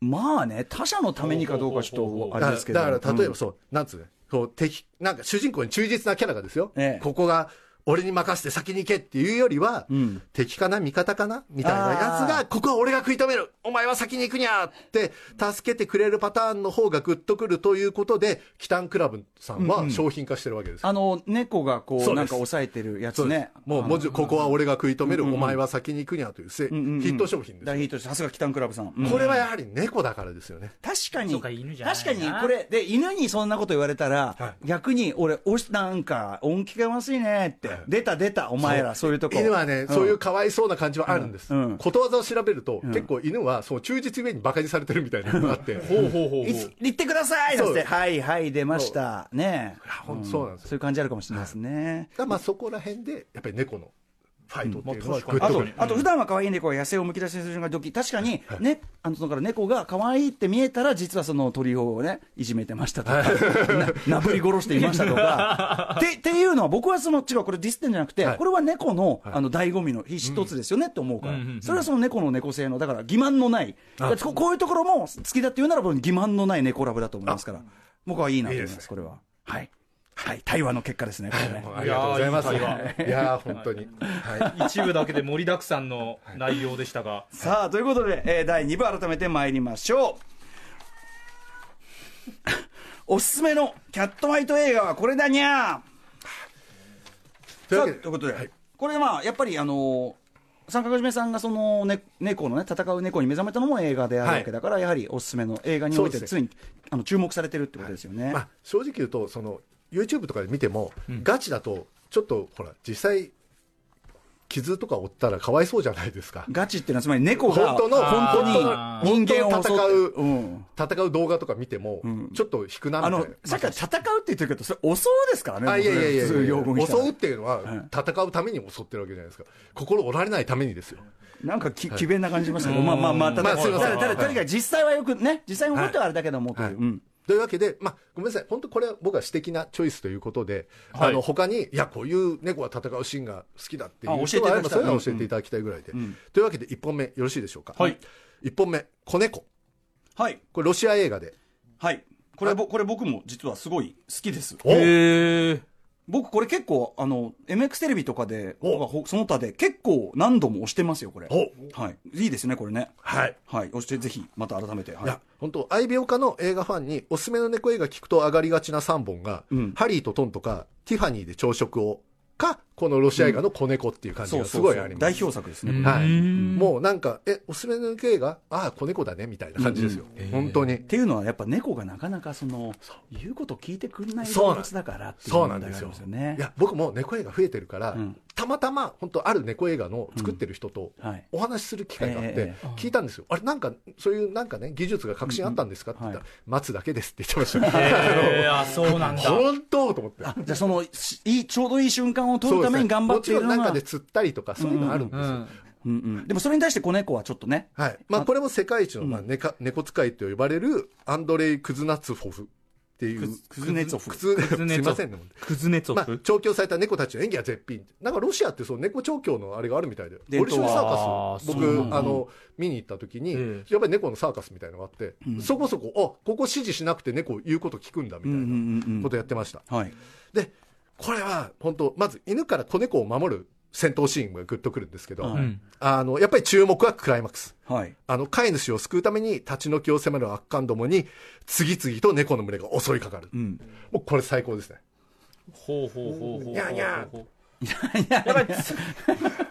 S4: まあね、他者のためにかどうかちょっとあれ
S5: だ
S4: ですけど。
S5: だから例えば
S4: うん
S5: そう、なんつうねこう敵なんか主人公に忠実なキャラがですよ、
S4: ええ
S5: ここが俺に任せて先に行けっていうよりは、
S4: ん
S5: 敵かな味方かなみたいなやつ
S4: あ
S5: がここは俺が食い止めるお前は先に行くにゃって助けてくれるパターンの方がグッとくるということでキタンクラブさんは商品化してるわけですよ、
S4: あの、猫がこ
S5: そう
S4: う、
S5: です
S4: なんか抑えてるやつ
S5: そうです
S4: ね。
S5: もう文字ここは俺が食い止める、お前は先に行くにゃというせ、
S4: うんうん
S5: ヒット商品ですよ、
S4: 大ヒットして、さすがキタンクラブさん。うん
S5: これはやはり猫だからですよね
S4: 確かに、
S3: そうか犬じゃないな
S4: 確かに、これ、で、犬にそんなこと言われたら、
S5: は
S4: 逆に、俺、おし、なんか、音気が悪いねって、
S5: ええ
S4: 出た出た、お前ら、そういうとこ。
S5: 犬はね、
S4: ん
S5: そういうかわいそうな感じはあるんです、
S4: うんうん
S5: ことわざを調べると、結構犬はそう忠実ゆえにバカにされてるみたいなのがあって、
S3: ほうほうほうほ
S4: いうつ。言ってくださいだっ
S5: そう
S4: て、はいはい、出ました。ねえ
S5: ほんとそうなんですよ
S4: そういう感じあるかもしれないですね。
S5: だからまあそこら辺で、やっぱり猫のファイトっていうの
S1: う
S5: は
S1: ん
S5: グッ
S1: まあ
S5: と
S1: 確
S5: く
S1: か
S5: る
S1: に
S4: あと、普段は可愛い猫が野生をむき出しにする瞬間がドキ、確かに、ね、あの、そのから猫が可愛いって見えたら、実はその鳥をね、いじめてましたとか、 ななぶり殺していましたとか、て、っていうのは、僕はその、違う、これディスってんじゃなくて
S5: は、い
S4: これは猫の、あの、醍醐味の一つですよねって思うから
S3: うんうんうん、
S4: それはその猫の猫性の、だから、欺瞞のない、だってここういうところも好きだって言うなら、僕欺瞞のない猫ラブだと思いますから、僕はいいなと思いま
S5: いいです
S4: す、これは。はい。はい、対話の結果ですね、これね。
S5: ありがとうございます。
S3: い
S5: い
S3: や
S5: や
S3: ー
S5: ー、本当に。はい。
S3: 一部だけで盛りだくさんの内容でしたが。
S4: さあということで、えー第2部改めて参りましょう おすすめのキャットファイト映画はこれだにゃ
S5: という
S4: さあと
S5: わけ
S4: い
S5: で
S4: うことで、これまあやっぱりあのー三角締めさんがその、ね、猫のね戦う猫に目覚めたのも映画であるわけだから、やはりおすすめの映画において
S5: そうです
S4: 常にあの注目されてるってことですよね、
S5: まあ、正直言うとその YouTube とかで見ても、ガチだとちょっとほら実際傷とか負ったらかわいそうじゃないですか
S4: ガチっていうのはつまり猫が
S5: 本当の
S4: 本
S5: あー
S4: 当に人間を襲って
S5: 本当の戦うん戦う動画とか見ても、
S4: ん
S5: ちょっと引くなみ
S4: あ
S5: たい
S4: の
S5: な
S4: さっきから戦うって言ってるけどそれ襲うですからね
S5: あいやいやいや
S4: 普通用語にしたら
S5: 襲うっていうのは戦うために襲ってるわけじゃないですか心折られないためにですよ
S4: なんかき、奇弁な感じしますけど、まあまあまあ、ただ、
S5: まあすいません
S4: ただ、ただ、とにかく実際はよくね、実際に起こってはあれだけども、とい。
S5: はいう
S4: うん
S5: というわけで、まあ、ごめんなさい、本当、これは僕は私的なチョイスということで、
S3: はい
S5: あの他に、いや、こういう猫が戦うシーンが好きだっていう
S4: あ教え
S5: 人
S4: てい
S5: が
S4: た
S5: あ
S4: だ
S5: れ
S4: きたい
S5: ば、それは教えていただきたいぐらいで。というわけで、1本目、よろしいでしょうか。
S3: はい
S5: 1本目、子猫、
S4: はい、
S5: これ、ロシア映画で、
S4: はい。これ、ぼこれ僕も実はすごい好きです。
S5: お
S3: へえ。
S4: 僕、これ結構、あの、MX テレビとかで、
S5: お
S4: とかほその他で結構何度も押してますよ、これ。
S5: お
S4: はい。いいですね、これね。
S5: はい
S4: はい。押して、ぜひ、また改めて。はい
S5: いや、本当、愛病家の映画ファンに、おすすめの猫映画聞くと上がりがちな3本が、
S4: ん
S5: ハリーとトンとか、ティファニーで朝食を、か、このロシア映画の子猫っていう感じ
S4: そう
S5: がす
S4: そう
S5: ご
S4: そ
S5: いあり
S4: う。
S5: ます。
S4: 代表作ですね。これ
S5: はい、
S3: うん
S5: もうなんか、え、おすすめの映画ああ、子猫だね、みたいな感じですよ。本当に
S4: っ。ていうのは、やっぱ猫がなかなか、その、言うこと聞いてくれない
S5: そう
S4: 動
S5: なん
S4: 物だからっていう
S5: そうなん
S4: 問題があ
S5: です
S4: る
S5: よ
S4: んですよね
S5: い。や僕も猫映画増えてるから、
S4: うん
S5: たまたま本当ある猫映画の作ってる人と
S4: うんはい
S5: お話しする機会があっ
S4: え
S5: て
S4: え
S5: 聞いたんですよ、あれなんかそういうなんかね技術が革新あったんですかって言ったら、
S4: うん
S5: 待つだけですって言ってました、
S3: へえ、あ、そうなんだ。
S5: 本当と思って
S4: あじゃあそのしいいちょうどいい瞬間を撮
S5: そう
S4: る
S5: です
S4: た
S5: ね
S4: めに頑張っているの
S5: もちろん
S4: が
S5: 中で釣ったりとかそういうのあるんですよ、
S3: うん。
S4: うんうん、でもそれに対して子猫はちょっとね、
S5: はいまあ、これも世界一の、まあ猫猫使いと呼ばれるアンドレイ・クズナツホフっていう
S4: クズネツォフ
S5: クズ
S3: クズネツォフ
S5: すいませんね
S3: クズネツ
S5: ま
S3: ォ
S5: あ、
S3: フ。
S5: 調教された猫たちの演技は絶品なんかロシアってその猫調教のあれがあるみたいで
S4: 伝
S5: ボリシ
S4: 統
S5: ョイサ
S3: は
S5: ーカス僕
S3: あーそうなんだ
S5: あの見に行った時に、
S3: え
S5: やっぱり猫のサーカスみたいのがあって、そこそこあここ指示しなくて猫言うこと聞くんだみたい
S4: うんうんうんうん
S5: なことやってました、
S4: はい、
S5: でこれは本当まず犬から子猫を守る戦闘シーンがグッとくるんですけど、
S3: ん
S5: あのやっぱり注目はクライマックス
S4: はい、
S5: あの飼い主を救うために立ち退きを迫る悪感どもに次々と猫の群れが襲いかかる、
S4: ん
S5: もうこれ最高ですね
S3: ほうほうほうほう。
S5: にゃーにゃ
S3: ほうほうほうやっぱりつ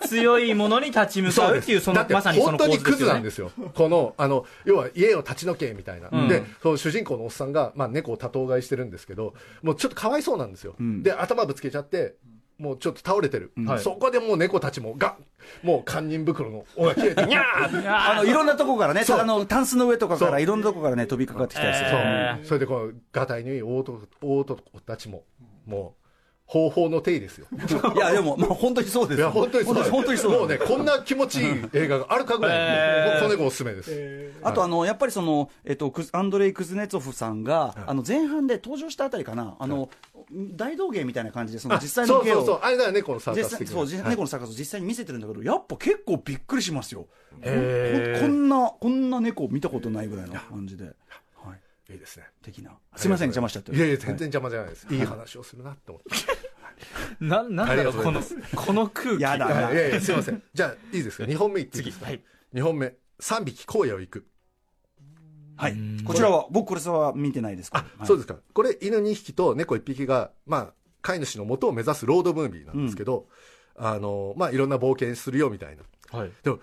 S3: 強いものに立ち向かうっていう、そ
S5: だ
S3: の
S5: っ、て
S3: まさにその
S5: 本当
S3: 構
S5: に
S3: 図で
S5: ク
S3: す
S5: ズ
S3: よ
S5: なん
S3: ね
S5: で。すよ。この、あの、要は家を立ち退けみたいな。
S3: うん
S5: で、その主人公のおっさんが、まあ猫を多頭飼いしてるんですけど、もうちょっとかわいそうなんですよ。で、頭ぶつけちゃって、もうちょっと倒れてる。
S3: はい
S5: そこでもう猫たちもがもう堪忍袋の尾が切 れて、にゃーって。
S4: あのいろんなとこからね、
S5: そう
S4: あのタンスの上とかか
S5: そ
S4: ら、
S5: う
S4: いろんなとこからね、飛びかかってきたりする、
S5: そう
S3: えー
S5: それでこの、ガタイのいい大男大男たちも、もう、方法の手ですよ。
S4: いや、でも、まあ、本当にそうです、
S5: いや、本当にそうです
S4: 本当にそう
S5: もうね、こんな気持ちいい映画があるかぐらい、
S3: えー
S5: もうこの猫おすすめです。
S4: あとあの、やっぱりその、えっと、クズアンドレイ・クズネツォフさんが、あの前半で登場したあたりかな、あの大道芸みたいな感じで、その
S5: あ
S4: 実際の芸
S5: そうそう
S4: を
S5: そう、あれだよね、このサー
S4: 実
S5: カス
S4: 際
S5: 的な
S4: そう、実猫のサーカスを実際に見せてるんだけど、やっぱ結構びっくりしますよ、
S3: へー
S4: こんな、こんな猫見たことないぐらいの感じで、はい、
S5: いいですね。
S4: 的な、すみません、邪魔しちゃって。
S5: いやいや、全然邪魔じゃないです。いい話をするなって思って。
S3: な、なんだろう、この、この空気。
S4: やだ
S5: い
S4: な
S5: やいやいや、すいません。じゃあ、いいですか ?2 本目いっていい
S3: 次。
S5: ですか
S3: はい。
S5: 2本目。3匹荒野を行く。
S4: はい、こちらは、僕、これさは見てないですか
S5: あ、そう
S4: で
S5: ですか。これ、犬2匹と猫1匹が、まあ、飼い主の元を目指すロードムービーなんですけど、あの、まあ、いろんな冒険するよみたいな。
S3: はい。
S5: でも、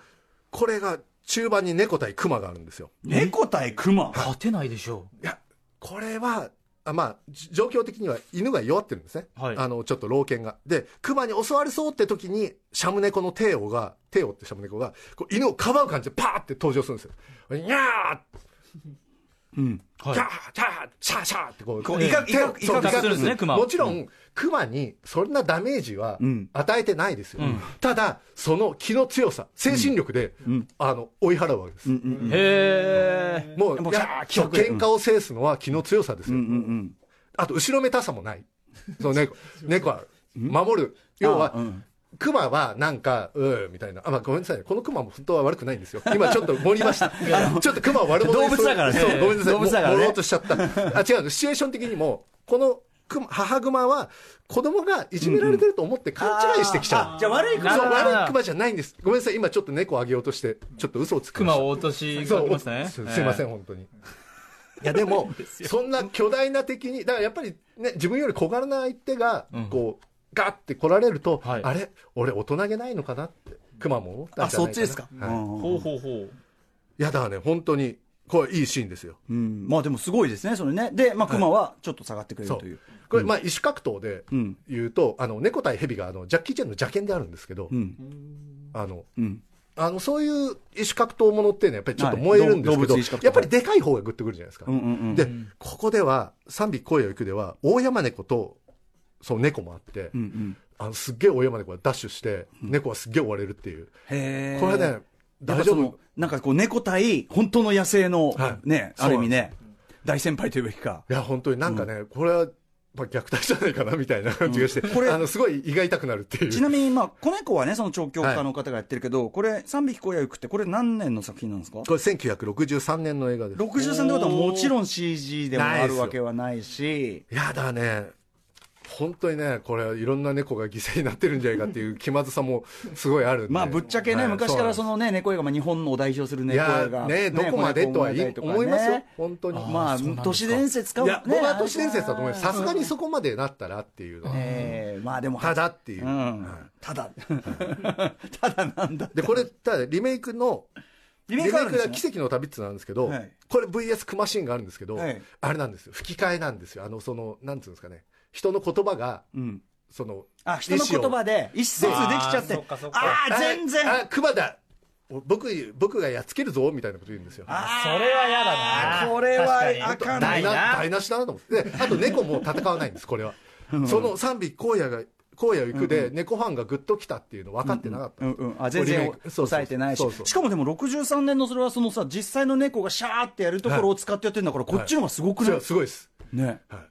S5: これが中盤に猫対熊があるんですよ。
S4: す。猫対熊
S3: 勝てないでしょ
S5: いや、これは、あまあ、じ状況的には犬が弱ってるんですね。
S3: はい
S5: あの、ちょっと老犬が。で、熊に襲われそうって時に、シャム猫のテイオが、テイオってシャム猫が、こう犬をかばう感じでパーって登場するんですよ。にゃー
S4: うん。
S5: キャ
S3: はい
S5: ーキャーシャーシャーってこう、こう
S3: ええ
S5: 威嚇、
S3: 威嚇
S5: そう
S3: 威嚇するんですね熊は
S5: もちろん、熊にそんなダメージは
S4: うん
S5: 与えてないですよ
S3: ん。
S5: ただ、その気の強さ、精神力で
S4: ん、
S5: あの、追い払うわけです。
S4: うんうん
S3: へえ。
S5: も
S4: もう
S5: う、いや
S4: キャー
S5: そう喧嘩を制すのは気の強さです
S4: うんう
S5: よ。
S4: ん
S5: あと、後ろめたさもない。そう、猫。猫は、守る。要は
S4: あうん、
S5: 熊はなんか、うーみたいな。あ、まあ、ごめんなさい。この熊も本当は悪くないんですよ。今ちょっと盛りま した。 ちょっと熊を悪者にす
S4: 動物
S5: る
S4: だからね
S5: そう、ごめんなさい。
S4: 動物だからね
S5: もう盛ろうとしちゃった。あ、違うの。シチュエーション的にも、この熊、母熊は子供がいじめられてると思って勘違いしてきち
S4: あ
S5: ゃ
S4: ー
S5: う。
S4: じゃあ悪い
S5: そう、
S3: なるほど
S5: 悪い熊じゃないんです。ごめんなさい。今ちょっと猫をあげようとして、ちょっと嘘をつく。
S3: 熊を落とし
S5: そ
S3: か
S5: う
S3: けますね。
S5: すすいません、
S3: え
S5: 本当に。いや、でも、そんな巨大な敵に、だからやっぱりね、自分より小柄な相手が
S3: うん、
S5: こう、ガッて来られると、
S3: はい
S5: あれ俺大人げないのかなって、熊も思った
S4: あ
S5: んじゃ
S4: そっ
S5: ないか
S4: ちで
S5: な。
S4: すか、
S5: はい
S3: え。ほう
S4: う
S3: ほうほう。
S5: いや、だからね、本当に、これいいシーンですよ。
S4: ん、まあでもすごいですねそれねでまあ熊はちょっと下がってくれる
S5: そう
S4: という、
S5: これ、まあ、異種格闘で
S4: うん
S5: 言うと、あの、猫対蛇が、あの、ジャッキー・チェンの邪剣であるんですけど
S4: う、ん
S5: あの、
S4: うん
S5: あの、そういう異種格闘ものってね、やっぱりちょっと燃えるんですけ
S4: はい動
S5: ど、
S4: 物異種格闘
S5: やっぱりでかい方がグッとくるじゃないですか
S4: う。んうんうん
S5: で、ここでは、三匹声を行くでは、大山猫と、そう、猫もあって、
S4: うんうん
S5: あの、すっげえ大山猫がダッシュして、猫はすっげえ追われるっていう。
S4: へえ
S5: これね、
S4: やっ
S5: 大
S4: ぱそ
S5: 丈
S4: の
S5: 夫。
S4: なんかこう猫対本当の野生の、
S5: はい
S4: ね
S5: そう
S4: ある意味ね大先輩というべきか
S5: いや、本当になんかね、これは、まあ、虐待じゃないかな、みたいな感じがして、
S4: これ
S5: あの、すごい胃が痛くなるっていう。
S4: ちなみにまあ子猫はねその調教家の方がやってるけど、これ三匹小屋行くってこれ何年の作品なんですか
S5: これ1963年の映画です。
S4: 63ってことはもちろん CG でもあるわけはないし
S5: いや、だからね、本当にね、これ、いろんな猫が犠牲になってるんじゃないかっていう気まずさもすごいあるんで。
S4: まあぶっちゃけね、
S5: はい
S4: 昔からそうのね猫映画、まあ、日本を代表する
S5: なんですい
S4: 猫映
S5: や
S4: 画、
S5: ね、どこまでとは
S4: 子猫を描
S5: い
S4: たり
S5: 思いますよ、本当に。
S4: まあ都市伝説かも
S5: いや、
S4: ね
S5: 僕は都市伝説だと思います。
S4: あ
S5: さ
S4: れは
S5: すがにそこまでなったらっていうのは。
S4: ええまあでも
S5: ただっていうう。
S4: ん、ただ ただなんだ
S5: で、これ、ただリメイクの、
S4: リ
S5: リメイク
S4: あるんで
S5: が
S4: すね
S5: 奇跡の旅ってなんですけど
S4: はい、
S5: これ VS クマシーンがあるんですけど
S4: はい、
S5: あれなんですよ。吹き替えなんですよ。あの、その、なんつうんですかね。人の言葉が、
S4: うん
S5: その、
S4: あ人の言葉
S5: で。
S4: で一節できちゃって
S3: あーそっかそっか
S4: ああ全然
S5: あ、クマだお僕、僕がやっつけるぞみたいなこと言うんですよ。
S4: あ
S3: それは嫌だな。
S4: これは
S3: 確かに
S4: あかん
S3: ないな。
S5: 台無しだなと思って。であと猫も戦わないんです、これは。その3匹荒野が、荒野行くで、猫ファンがグッと来たっていうの分かってなかった
S4: うんん
S5: です
S4: うん、あ全然
S5: これリメイクそうそう
S4: 抑えてないし
S5: そうそう
S4: しかもでも63年のそれはそのさ実際の猫がシャーってやるところを使ってやってるんだから、こっちの方がすごく
S5: そ
S4: ない、
S5: れはすごいです。
S4: ね
S5: はい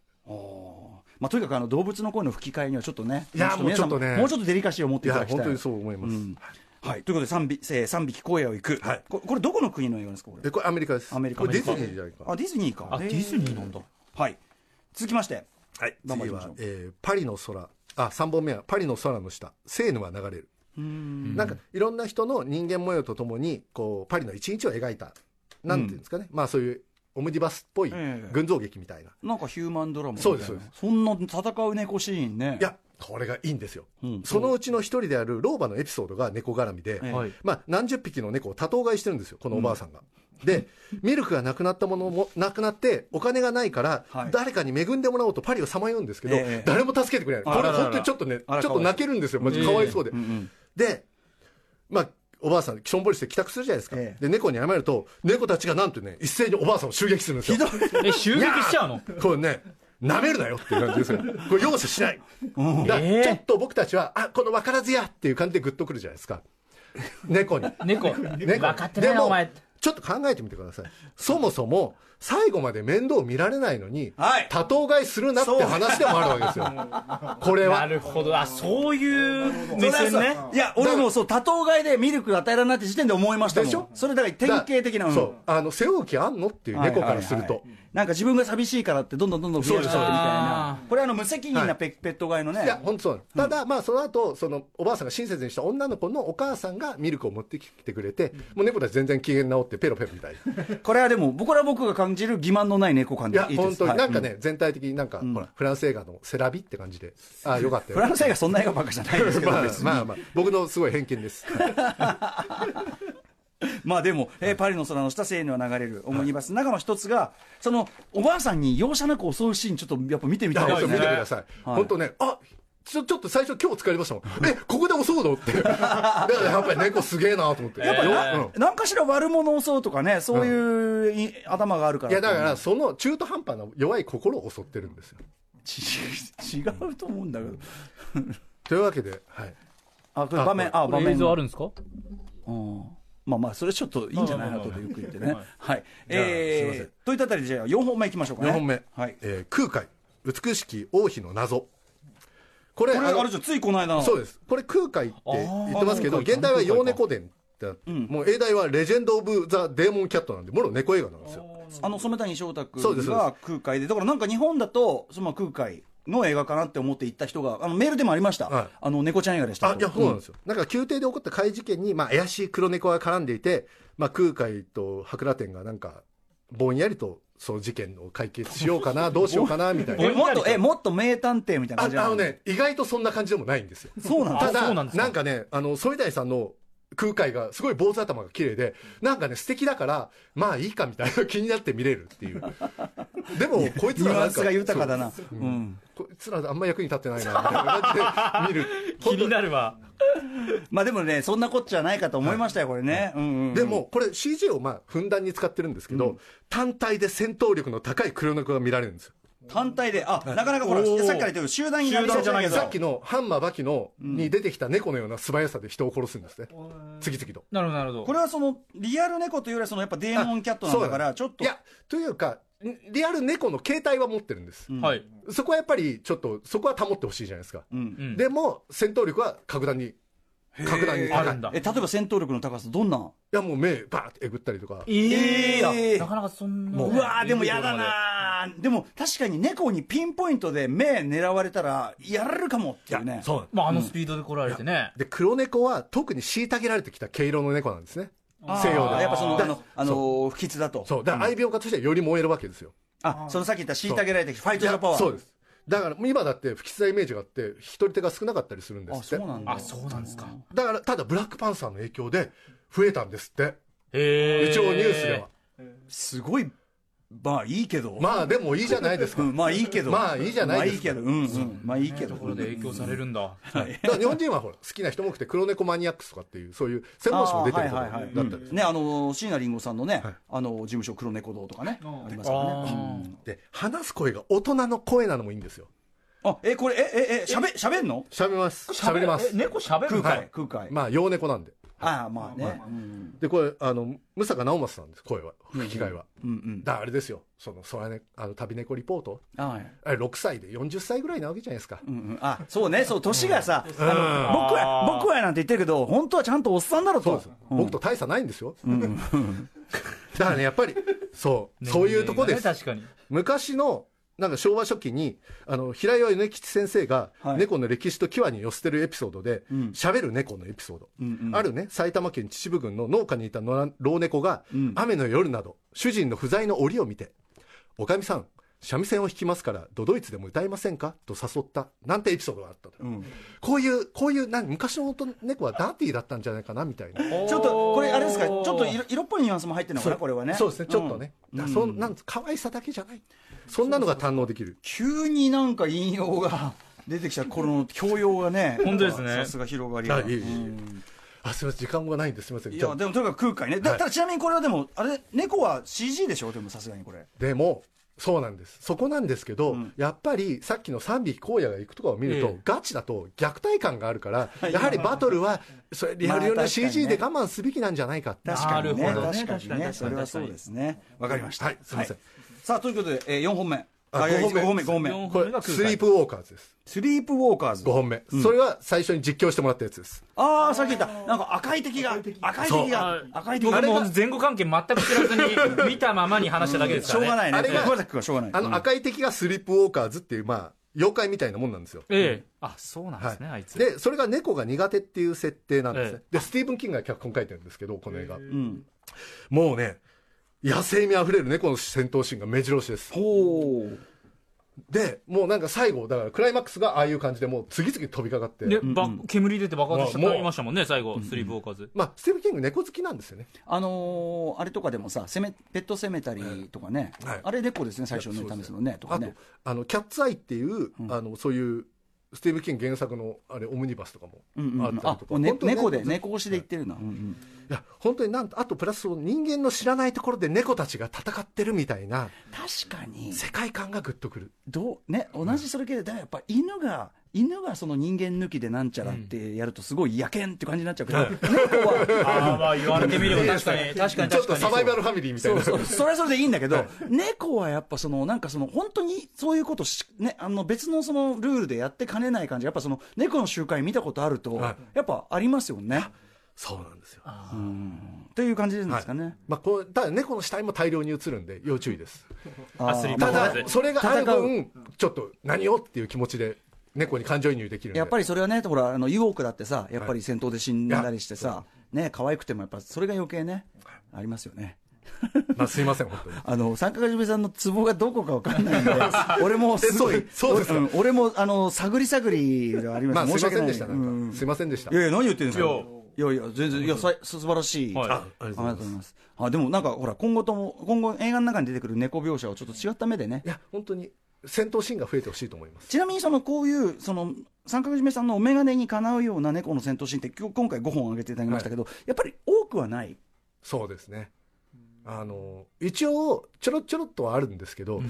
S4: まあ、とにかくあの動物の声の吹き替えにはちょっとね、
S5: いやー
S4: もうちょっと
S5: もうちょ
S4: 皆さんも
S5: っとね
S4: うちょっとデリカシーを持っていただきたい。
S5: いや本当にそう思います
S4: んはい、ということで3匹、えー、三匹荒野を行く、
S5: はい
S4: こ、これどこの国の映画ですか、これ
S5: え、これアメリカです。
S4: アメリカ
S5: これディズニーじゃないか。
S4: あ、ディズニーか。
S3: あ、ディズニーなんだ。
S4: はい、続きまして、
S5: はい、
S4: 頑張り
S5: 次
S4: ましょ
S5: は
S4: う、
S5: えーパリの空。あ、3本目は、パリの空の下、セーヌは流れる。なんか、いろんな人の人間模様とともに、こう、パリの一日を描いた、なんていうんですかね。まあ、そういう、オムニバスっぽい
S4: ええ
S5: 群像劇みたいな。
S4: なんかヒューマンドラマみたいな
S5: そうですそうです
S4: そんな戦う猫シーンね。
S5: いや、これがいいんですよ。
S4: うん
S5: そのうちの一人である老婆のエピソードが猫絡みで、
S4: ええ
S3: はい
S5: まあ、何十匹の猫を多頭飼いしてるんですよ、このおばあさんが。 で、ミルクがなくなったものも、なくなって、お金がないから、
S4: はい
S5: 誰かに恵んでもらおうとパリをさまようんですけど、
S4: ええ
S5: 誰も助けてくれない。
S4: あ
S5: こ
S4: ら
S5: れ、
S4: らら
S5: 本当にちょっとね、ち
S4: あ
S5: ょ
S4: ら
S5: っと泣けるんですよ、マジ
S3: ええ
S5: かわいそうで。
S4: うんうん
S5: で、まあ、おばあさん、しょんぼりして帰宅するじゃないですか。
S4: ええ
S5: で、猫に謝ると、猫たちがなんとね、一斉におばあさんを襲撃するんですよ。
S3: え、襲撃しちゃうの
S5: これね、舐めるなよっていう感じ ですから、これ容赦しない。だから
S3: ええ
S5: ちょっと僕たちは、あ、この分からずやっていう感じでグッとくるじゃないですか。猫に。
S3: 猫。
S5: ね
S3: 分かってない
S5: で
S3: な、
S5: も
S3: お前。
S5: ちょっと考えてみてください。そもそも、最後まで面倒見られないのに、
S4: はい
S5: 多頭飼いするなって話でもあるわけですよ。これ
S3: な
S5: は。
S3: るほど。あ、そういう目
S4: そ
S3: 線
S4: れ
S3: ね。
S4: はそういや、俺もそう、多頭飼いでミルク与えられないって時点で思いましたもん。
S5: でしょ
S4: それだから典型的な。
S5: だ
S4: ん
S5: そう。あの、背負う気あんのっていう猫からする
S4: はい
S5: と
S4: はい。はいなんか自分が寂しいからってどんどんどんどん増えちゃってみたい
S3: あ
S4: なこれあの無責任なペ,、ペット飼いのね
S5: いや、本当そうなのただ、まあ、その後、その、おばあさんが親切にした女の子のお母さんがミルクを持ってきてくれて、もう猫たち全然機嫌直ってペロペロみたい。
S4: これはでも僕ら僕が感じる欺瞞のない猫感
S5: い
S4: でい
S5: や、
S4: いです
S5: 本当
S4: は
S5: に、
S4: い
S5: なんか
S4: う
S5: ね、全体的になんか、ほら、フランス映画のセラビって感じで、ああ、よかった
S4: フ
S5: よ。
S4: ランス映 画そんな映画ばっかじゃないですけど
S5: まあ
S4: 別に
S5: まあまあ、僕のすごい偏見です。
S4: まあでも、えーパリの空の下、セーヌは流れる、オムニバスの中の一つが、そのおばあさんに容赦なく襲うシーン、ちょっとやっぱ見てみたい
S5: 本
S4: で
S5: 当
S4: す
S5: 見て
S4: ね
S5: く。ださい。
S4: はい
S5: 本当ね、あちょちょっと最初今日疲れましたもん。え、ここで襲うのって。 だからやっぱり猫すげえなと思って。やっぱり、うん
S4: なんかしら悪者を襲うとかね、そういうい、頭があるから。
S5: いやだから、その中途半端な弱い心を襲ってるんですよ。
S4: ち違うと思うんだけど。
S5: というわけで、はい。
S4: あ、これ場面、あ、場
S1: これ映
S4: 面。
S1: 像あるんですか
S4: うんまあまあ、それちょっといいんじゃないなと、ゆっくり言ってね。はい。
S5: じゃあすいませ
S4: え
S5: ん
S4: ー、といったあたりで、じゃあ4本目いきましょうかね。
S5: 4本目。
S4: はい。
S5: えー空海、美しき王妃の謎。これ、
S4: これ、
S5: あの
S4: あれじゃんついこの間の。
S5: そうです。これ空海って言ってますけど、
S4: あー空海
S5: 現代は洋猫伝ってなって、もう英題はレジェンド・オブ・ザ・デーモン・キャットなんで、もろ猫映画なんですよ。
S4: あの染谷翔太
S5: そうで
S4: 君
S5: すそうで
S4: が空海で、だからなんか日本だと、その空海の映画かなって思って行った人が、あのメールでもありました、
S5: はい
S4: あの猫ちゃん映画でした
S5: あ
S4: と
S5: いやそうなんですよ、なんか宮廷で起こった怪事件に、まあ、怪しい黒猫が絡んでいて、まあ、空海と博羅天がなんかぼんやりとその事件を解決しようかなどうしようかなみたい
S4: え
S5: な。
S4: もっと、え、もっと名探偵みたいな
S5: ああ
S4: 感じな
S5: の
S4: の
S5: ね、意外とそんな感じでもないんですよ。
S4: そうなんだ
S5: ただ、
S1: そうな
S5: なんん
S1: ですか。
S5: かね、あの、反谷さんの空海が、すごい坊主頭が綺麗で、なんかね、素敵だから、まあいいかみたいな気になって見れるっ ていう。でも、こいつ
S4: ニュ
S5: らな
S4: アン
S5: んか、
S4: スが豊かだな。
S5: そう
S4: う
S5: うん
S4: ん。
S5: こいつらあんま役に立ってないな、みたいな感 じで見る
S1: 気になるわ。
S4: まあでもね、そんなこっちゃないかと思いましたよ、これね。うんうんうん
S5: で、も、これ CG をまあ、ふんだんに使ってるんですけど、単体で戦闘力の高い黒猫が見られるんですよ。
S4: 単体で、あ、なかなかほら、
S1: おー
S4: さっきから言ってる集団になりそうじゃないけど
S5: さっきのハンマーバキの、に出てきた猫のような素早さで人を殺すんですね。次々と。
S1: なるほど、なるほど。
S4: これはその、リアル猫というよりは、そのやっぱデーモンキャットなんだから、ちょっと
S5: い、や、というか、んリアル猫の携帯は持ってるんです。
S4: うん
S1: はい。
S5: そこはやっぱり、ちょっと、そこは保ってほしいじゃないですか。
S4: うん。
S1: うん
S5: でも、戦闘力は格段に、格段に
S1: あ
S5: 高
S1: る
S5: い。
S1: ん
S5: い
S1: だ。
S4: え、例えば戦闘力の高さ、どんな
S5: や、もう目、バーってえぐったりとか。
S1: え
S4: えー
S1: ーなかなかそんな。
S5: も
S4: うわーでもやだなーでも確かに猫にピンポイントで目狙われたらやられるかもっていうね
S5: そうなんで
S1: まあ、あのスピードで来られてね。
S5: すで、黒猫は特に虐げられてきた毛色の猫なんですね。
S4: あー
S5: 西洋では。
S4: やっぱその
S5: だ
S4: あの、あのー不吉だと
S5: そう。だから愛病家としてはより燃えるわけですよ。
S4: あそのさっき言った虐げられてきたファイトザパワー
S5: そうです。だから、今だって不吉なイメージがあって、引き取り手が少なかったりするんで
S4: あ
S5: す
S4: そ
S5: っ
S4: う
S5: て。
S4: なんだ
S1: あ、そうなんですか。
S5: だから、ただ、ブラックパンサーの影響で、増えたんですって。
S1: へえ。
S5: 一応ニュースでは。。
S4: すごいまあいいけど
S5: まあでもいいじゃないですか。
S4: うんまあいいけど
S5: まあいいじゃないですか
S4: まあいいけどうんうんまあいいけど
S1: ところで影響されるんだ。
S5: だから日本人はほら好きな人も多くて黒猫マニアックスとかっていうそういう専門誌も出てると
S4: あーは
S5: か
S4: い
S5: だ
S4: はい
S5: っ
S4: はい
S5: たり
S4: うんねあのー椎名林檎さんのね
S5: はい
S4: あのー事務所黒猫堂とかねありますから
S1: あ
S4: ね
S1: ー
S5: で話す声が大人の声なのもいいんですよ
S4: あえこれえええしゃべしゃべんの
S5: 喋ります喋りま
S1: え
S5: す
S1: 猫喋
S4: 空
S1: るの
S4: 海空海
S5: まあ洋猫なんで
S4: ああまあねうん
S5: でこれあの武坂直政さんです声は吹き替えは
S4: うんうん
S5: だからあれですよその空ねあの旅猫リポート
S4: はい
S5: あれ6歳で40歳ぐらいなわけじゃないですか
S4: うんうんあそうね、そう、年がさ、あの僕は、僕はなんて言ってるけど、本当はちゃんとおっさんだろ
S5: そう
S4: と
S5: です、僕と大差ないんですよ だからねやっぱり そうそういうとこです
S1: ね確かに。
S5: 昔のなんか昭和初期にあの平岩米吉先生が
S4: はい
S5: 猫の歴史と際に寄せてるエピソードで
S4: ん
S5: 喋、る猫のエピソード、
S4: んうん
S5: あるね埼玉県秩父郡の農家にいた野良老猫が、雨の夜など主人の不在の折を見て「おかみさん三味線を弾きますから都々逸でも歌いませんか?」と誘ったなんてエピソードがあったのよ、
S4: うん
S5: こういうこういうなん昔の猫はダーティーだったんじゃないかなみたいな
S4: ちょっと、これ、あれですか、ちょっと
S1: い
S4: 色色っぽいニュアンスも入ってるのかな、これはね。
S5: そうですねちょっとね、
S4: うん
S5: だからそんなん可愛さだけじゃないそんなのが堪能できる
S4: 急になんか引用が 出てきた頃の教養がね、
S1: 本当ですね
S4: さすが広がりが。
S5: あいいいい
S4: うん
S5: あすいません時間がないんですすいません
S4: い
S5: じゃあ
S4: や、でもとにかく空海ね。だ
S5: はい
S4: ただちなみにこれはでも、あれ、猫は CG でしょでもさすがにこれ。
S5: でも、そうなんです。そこなんですけど、
S4: ん
S5: やっぱりさっきの3匹荒野が行くとかを見ると、
S1: ええ
S5: ガチだと虐待感があるから、やはりバトル は、それリアルより
S4: まあ
S5: の
S4: 確かにね
S5: CG で我慢すべきなんじゃないかって。
S4: 確かにね。
S1: なるほどね
S4: 確かに
S1: 確かに確か
S4: ね。
S1: に
S4: それはそうですね。わかりました。
S5: はいすいません
S4: さあ、ということで、えー4本目。
S5: あ
S4: あいや
S5: 五本目
S4: 五本目、5本目。
S1: 四
S5: これ
S1: 本目が、空
S5: ス
S1: 海
S5: リープウォーカーズです。
S4: スリープウォーカーズ
S5: 5。本目。それは最初に実況してもらったやつです。
S4: ああ、さっき言った、なんか赤い敵が、赤い敵が、赤い敵
S1: 僕
S4: が、
S1: も前後関係全く知らずに、見たままに話しただけです
S4: し
S1: か
S4: ょう
S1: らね。
S4: がないね。
S5: あれが
S4: 桑崎君はしょうがない。
S5: あの赤い敵がスリープウォーカーズっていう、まあ、妖怪みたいなもんなんですよ。
S1: ええ。あ、そうなんですね、あいつ。
S5: で、それが猫が苦手っていう設定なんですね
S1: え。
S5: で、スティーブン・キングが脚本書いてるんですけど、この映画。
S4: うん。
S5: もうね、野生味あふれる猫の戦闘シーンが目白押しです。
S4: ほう。
S5: で、もうなんか最後、だからクライマックスがああいう感じで、もう次々飛びかかって。
S1: で、ば煙出て爆発しち
S5: まあも
S1: ゃっ
S5: う
S1: てましたもんね、最後、スリーブウォーカーズ。
S5: まあ、スティーブン・キング猫好きなんですよね。
S4: あのーあれとかでもさ、せめペットセメタリーとかね、
S5: はい
S4: あれ猫ですね、最初の試すのね、とか
S5: あと
S4: ね。、
S5: あの、キャッツアイっていう、あの、そういう、スティーブン・キング原作の、あれ、オムニバスとかも
S4: うんうん
S5: あ
S4: うん
S5: ったり
S4: あ
S5: とか。
S4: おね
S5: 本当に
S4: 猫で、
S5: 好き
S4: 猫推しで言ってるな。うんうん
S5: いや、本当になんと、あとプラスその人間の知らないところで猫たちが戦ってるみたいな、
S4: 確かに、
S5: 世界観がグッとくる。
S4: どうね、同じそれ系で、だからやっぱ犬が、犬がその人間抜きでなんちゃらってやると、すごいやけんって感じになっちゃうけど、猫は、
S1: ああ、まあ言われてみれば 確かに、確かに
S5: ちょっ
S1: 確
S5: と
S1: か
S5: サ
S1: に。
S5: バイバルファミリーみたい
S4: そう
S5: な。
S4: そう、それはそれでいいんだけど、猫はやっぱその、なんかその、本当にそういうことし、ね、あの、別のそのルールでやってかねない感じ、やっぱその、猫の集会見たことあると、
S5: はい
S4: やっぱありますよね。
S5: そうなんですよ。
S4: という感じなんですかね。
S5: まあ、こうただ猫の死体も大量に映るんで、要注意です。
S4: あー
S1: アスリート
S5: た
S1: まあ
S5: だ
S1: ま、あ
S5: それがある
S4: 戦
S5: 分、ちょっと、何をっていう気持ちで、猫に感情移入できるんで。
S4: やっぱりそれはね、ほら、あの、ユーオークだってさ、やっぱり戦闘で死んだりしてさ、ね、可愛くてもやっぱそれが余計ね、ありますよね。
S5: まあ、すいません、本当に。
S4: あの、三角締めさんのツボがどこかわかん ないんで、俺もすご
S5: え
S4: い、
S5: そうそうですか
S4: ん俺も、あの、探り探りではあり
S5: ま
S4: ま
S5: あ、
S4: す。
S5: す
S4: 申
S5: い
S4: し
S5: ま
S4: 訳なんい。
S5: せでした。
S4: う
S5: なん
S4: ん
S5: か、すいませんでした
S4: い。やいや、何言ってんですか
S1: いや
S4: いやいや、全然、いや、さい素晴らしい。
S1: はい
S5: あありがとうございます
S4: ます。あ、でもなんか、ほら、今後とも、今後映画の中に出てくる猫描写をちょっと違った目でね
S5: い。や、本当に、戦闘シーンが増えてほしいと思います。
S4: ちなみに、その、こういう、その、三角締めさんのお眼鏡にかなうような猫の戦闘シーンって、今日今回5本挙げていただきましたけど、やっぱり多くはない。
S5: そうですね。あの、一応、ちょろちょろっとはあるんですけど、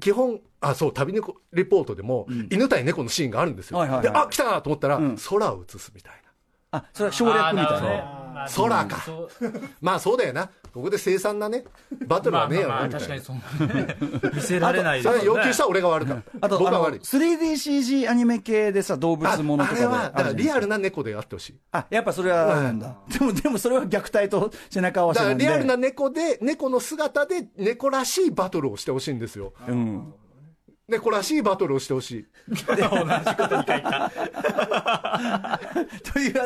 S5: 基本、あ、そう、旅猫レポートでも、犬対猫のシーンがあるんですよ。
S4: はいはいはい
S5: で、あ、来たなと思ったら、
S4: うん
S5: 空を映すみたい
S4: あ、それは省略みたい
S5: ね
S4: な。
S1: な
S5: な。空か。まあ、そうだよな。ここで凄惨なね、バトル
S1: ま
S5: は
S1: あ
S5: ねえよ
S1: まあま
S5: な、
S1: あ、
S5: みた
S1: 確か
S5: い
S1: に
S5: な。
S1: そんなね。見せられない
S5: そ
S1: です
S5: れ
S1: よ
S5: は
S1: ね
S5: 要求した俺が悪かった。
S4: あと、
S5: 僕
S4: あ
S5: は
S4: の、
S5: 悪い。
S4: 3DCG アニメ系でさ、動物
S5: あ
S4: ものと
S5: あ
S4: かで
S5: れは、だからリア
S4: ル。
S5: ルな猫であってほしい。
S4: あ、やっぱそれはあるんだ。でも、でもそれは虐待と背中合わ
S5: だ
S4: せ
S5: か
S4: な
S5: ら
S4: んで。
S5: リアルな猫で、猫の姿で猫らしいバトルをしてほしいんですよ。
S4: うん。
S5: 猫らしいバトルをしてほしい。
S4: というあ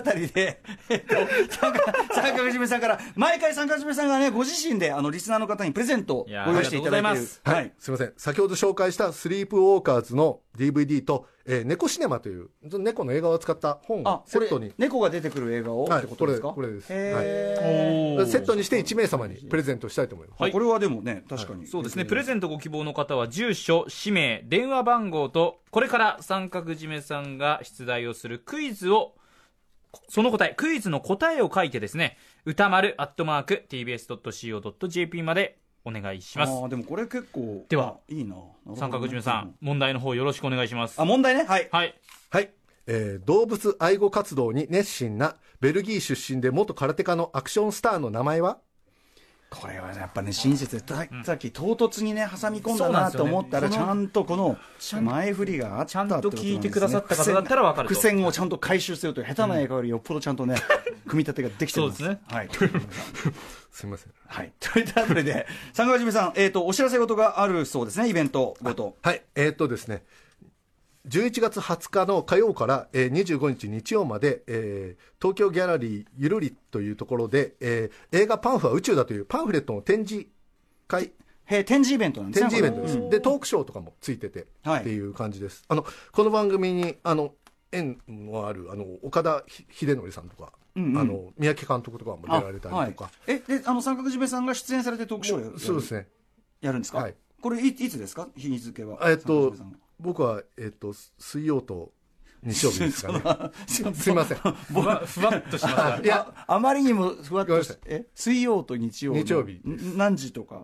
S4: たりで、えっと、三角三角締めさんから、毎回三角締めさんがね、ご自身で、あの、リスナーの方にプレゼントを
S1: いや
S4: ご用意していただいて
S1: あ
S4: い
S1: り
S4: る
S1: がとうござい
S5: は
S1: ます。
S5: い、。すみません。先ほど紹介したスリープウォーカーズの DVD と、えー猫シネマという、猫の映画を使った本
S4: あ
S5: を、セ
S4: こ
S5: ッ
S4: れ
S5: トに、、
S4: 猫が出てくる映画を
S5: はい
S4: ってことですか
S5: これこれです
S4: へ
S1: おー
S5: セットにして1名様にプレゼントしたいと思います。
S4: ーこれはでもね、確かに。
S1: そうですね、プレゼントご希望の方は、住所、氏名、電話番号と、これから三角締めさんが出題をするクイズを、その答え、クイズの答えを書いてですね、歌丸、アットマーク、tbs.co.jp までお願いし
S4: あ
S1: ます。
S4: ーでもこれ結構、
S1: では
S4: あ、いいな。
S1: 三角締めさん、。問題の方よろしくお願いします。
S4: あ、問題ね。はい。
S1: はい。
S5: はい。えー動物愛護活動に熱心なベルギー出身で元空手家のアクションスターの名前は
S4: これはやっぱね、親切で、たさっき唐突にね、挟み込んだ
S1: そうなん
S4: な
S1: です
S4: と
S1: よね
S4: 思ったら、
S1: こ
S4: ち
S1: の
S4: ゃんとこの前振りがあったってことなんですね
S1: ちゃんと聞いてくださった方だったらわかると
S4: 伏線をちゃんと回収するという、下手な映画よりよっぽどちゃんとね、組み立てができてます。
S1: そうですね
S4: はい。
S5: すみません。
S4: はい。といったあたりで、三川じめさん、えっ、と、お知らせ事があるそうですね、イベントごと。
S5: はい。えーっとですね。11月20日の火曜から、えー25日日曜まで、えー東京ギャラリーゆるりというところで、えー映画パンフは宇宙だというパンフレットの展示会
S4: へ展示イベントなんですね。
S5: 展示イベント
S4: こ
S5: で
S4: れ
S5: す。で、トークショーとかもついてて、
S4: はい
S5: っていう感じです。あの、この番組に、あの、縁のある、あの、岡田ひ秀則さんとか、あの、三宅監督とかも出られたりとか、
S4: あはい、え、で、あの、三角締めさんが出演されてトークショーやる
S5: そうですね。
S4: やるんですか、
S5: はい
S4: これい、いつですか日に付けは。
S5: えっ
S4: 三角締
S5: と
S4: めさんが、
S5: 僕は、えっと、水曜と日曜日です かね。す
S4: す
S5: いません。
S1: ふわふわっとしました。
S5: いや、
S4: ああまりにもふわっ
S5: ごめん
S4: と
S5: なさ
S4: し
S5: い
S4: え水曜と日曜の
S5: 日曜日
S4: ん何時とか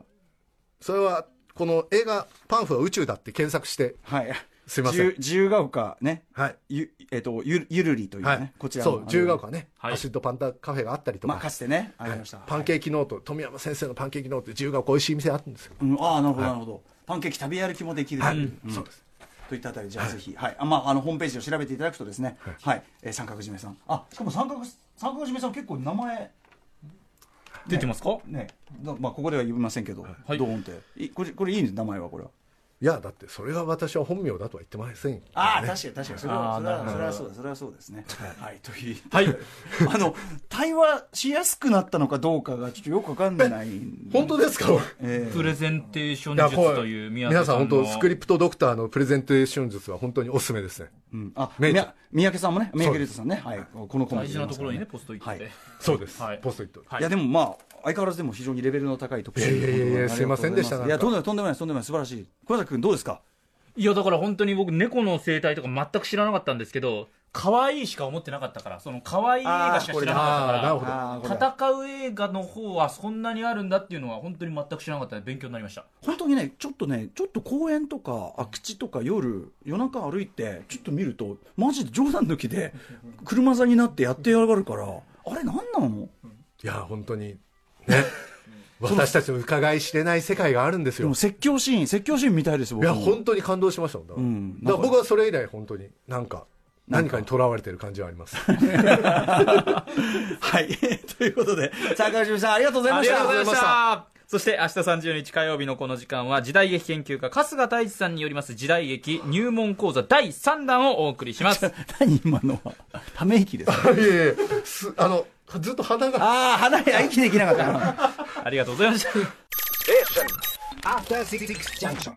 S5: それは、この映画、パンフは宇宙だって検索して、
S4: はい
S5: すいません
S4: 自由自由が丘ね
S5: はい。
S4: ゆ,、えっとゆゆるりというね、
S5: はい。
S4: こちらの
S5: そ
S4: あ、
S5: う
S4: の
S5: 自由が丘ね、
S1: はい
S5: アシッドパンダカフェがあったりとか。
S4: まあかつてねあ
S5: は
S4: り
S5: い
S4: ました、
S5: パンケーキノート、富山先生のパンケーキノート、自由が丘美味しい店あるんですよ。
S4: うん、ああなるほどなるほど、パンケーキ食べ歩きもできるという、うん
S5: そうです。
S4: といったあたりじゃあぜひ、はいあまあ、あのホームページを調べていただくとですね、はいえー三角締めさんあしかも三角三角締めさん結構名前
S1: 出てますか
S4: ね、だまあ、ここでは言いませんけど、ドーンっていこれこれいいんです名前はこれはい
S5: いやだってそれが私は本名だとは言ってませんよ
S4: ああ、確かに確かに。それは、
S1: あー
S4: それ
S1: な
S4: は、そ
S1: るほど
S4: れはそうです。それはそうですね。はい、という。
S1: はい。
S4: あの、対話しやすくなったのかどうかがちょっとよくわかんないんで。
S5: 本当ですか
S4: ええ
S1: プレゼンテーション
S5: いや
S1: 術
S5: これ
S1: という宮
S5: 皆
S1: 崎
S5: さん
S1: さん
S5: 本
S1: の
S5: 当スクリプトドクターのプレゼンテーション術は本当におすすめですね
S4: うんあ、
S5: メイちゃん
S4: みや三宅さんもね、三宅龍太さんね、はい、このコメン
S1: 大
S4: ト
S1: 事なところにね、
S4: い
S1: ポストイットで。
S5: そうです、
S1: はい
S5: ポストイット
S1: はい
S4: いや、でもまあ、相変わらずでも非常にレベルの高い特集
S5: いやいやいや
S4: 本当にありが
S5: いや
S4: とう
S5: すいませんでした
S4: ござ
S5: ない
S4: い
S5: んか
S4: や、とんでもない、とんでもない、とんでもない、素晴らしい。小崎君、どうですか
S1: いや、だから本当に僕、猫の生態とか全く知らなかったんですけど、可愛いしか思ってなかったから、その可愛い映画しか知らな
S5: ああな
S1: か
S5: る
S1: っ
S5: ほど
S4: あーこ
S1: た
S4: れ
S1: から、戦う映画の方はそんなにあるんだっていうのは、本当に全く知らなかったので、勉強になりました。
S4: 本当にね、ちょっとね、ちょっと公園とか空き地とか夜、夜中歩いて、ちょっと見ると、マジで冗談抜きで、車座になってやってやがるから、あれ、なんなの
S5: いや本当にね私たちの伺い知れない世界があるんです
S4: で
S5: よ
S4: も説教シーン、説教シーンみたいです、
S5: い
S4: 僕
S5: や
S4: も
S5: 本当に感動しましたもんだから,、
S4: うん
S5: 僕はそれ以来本当になんか何かにとらわれてる感じはありま す
S4: はい。 ということで、坂上さん、ありがとうございました。
S1: ありがとうございました。そして明日30日火曜日のこの時間は時代劇研究家春日太一さんによります時代劇入門講座第3弾をお送りし ます。
S4: 何今のは。ため息です。
S5: いやいやすあのずっと鼻が
S4: ああ、離れ、息できなかったな。
S1: ありがとうございました。
S2: After Six Junction.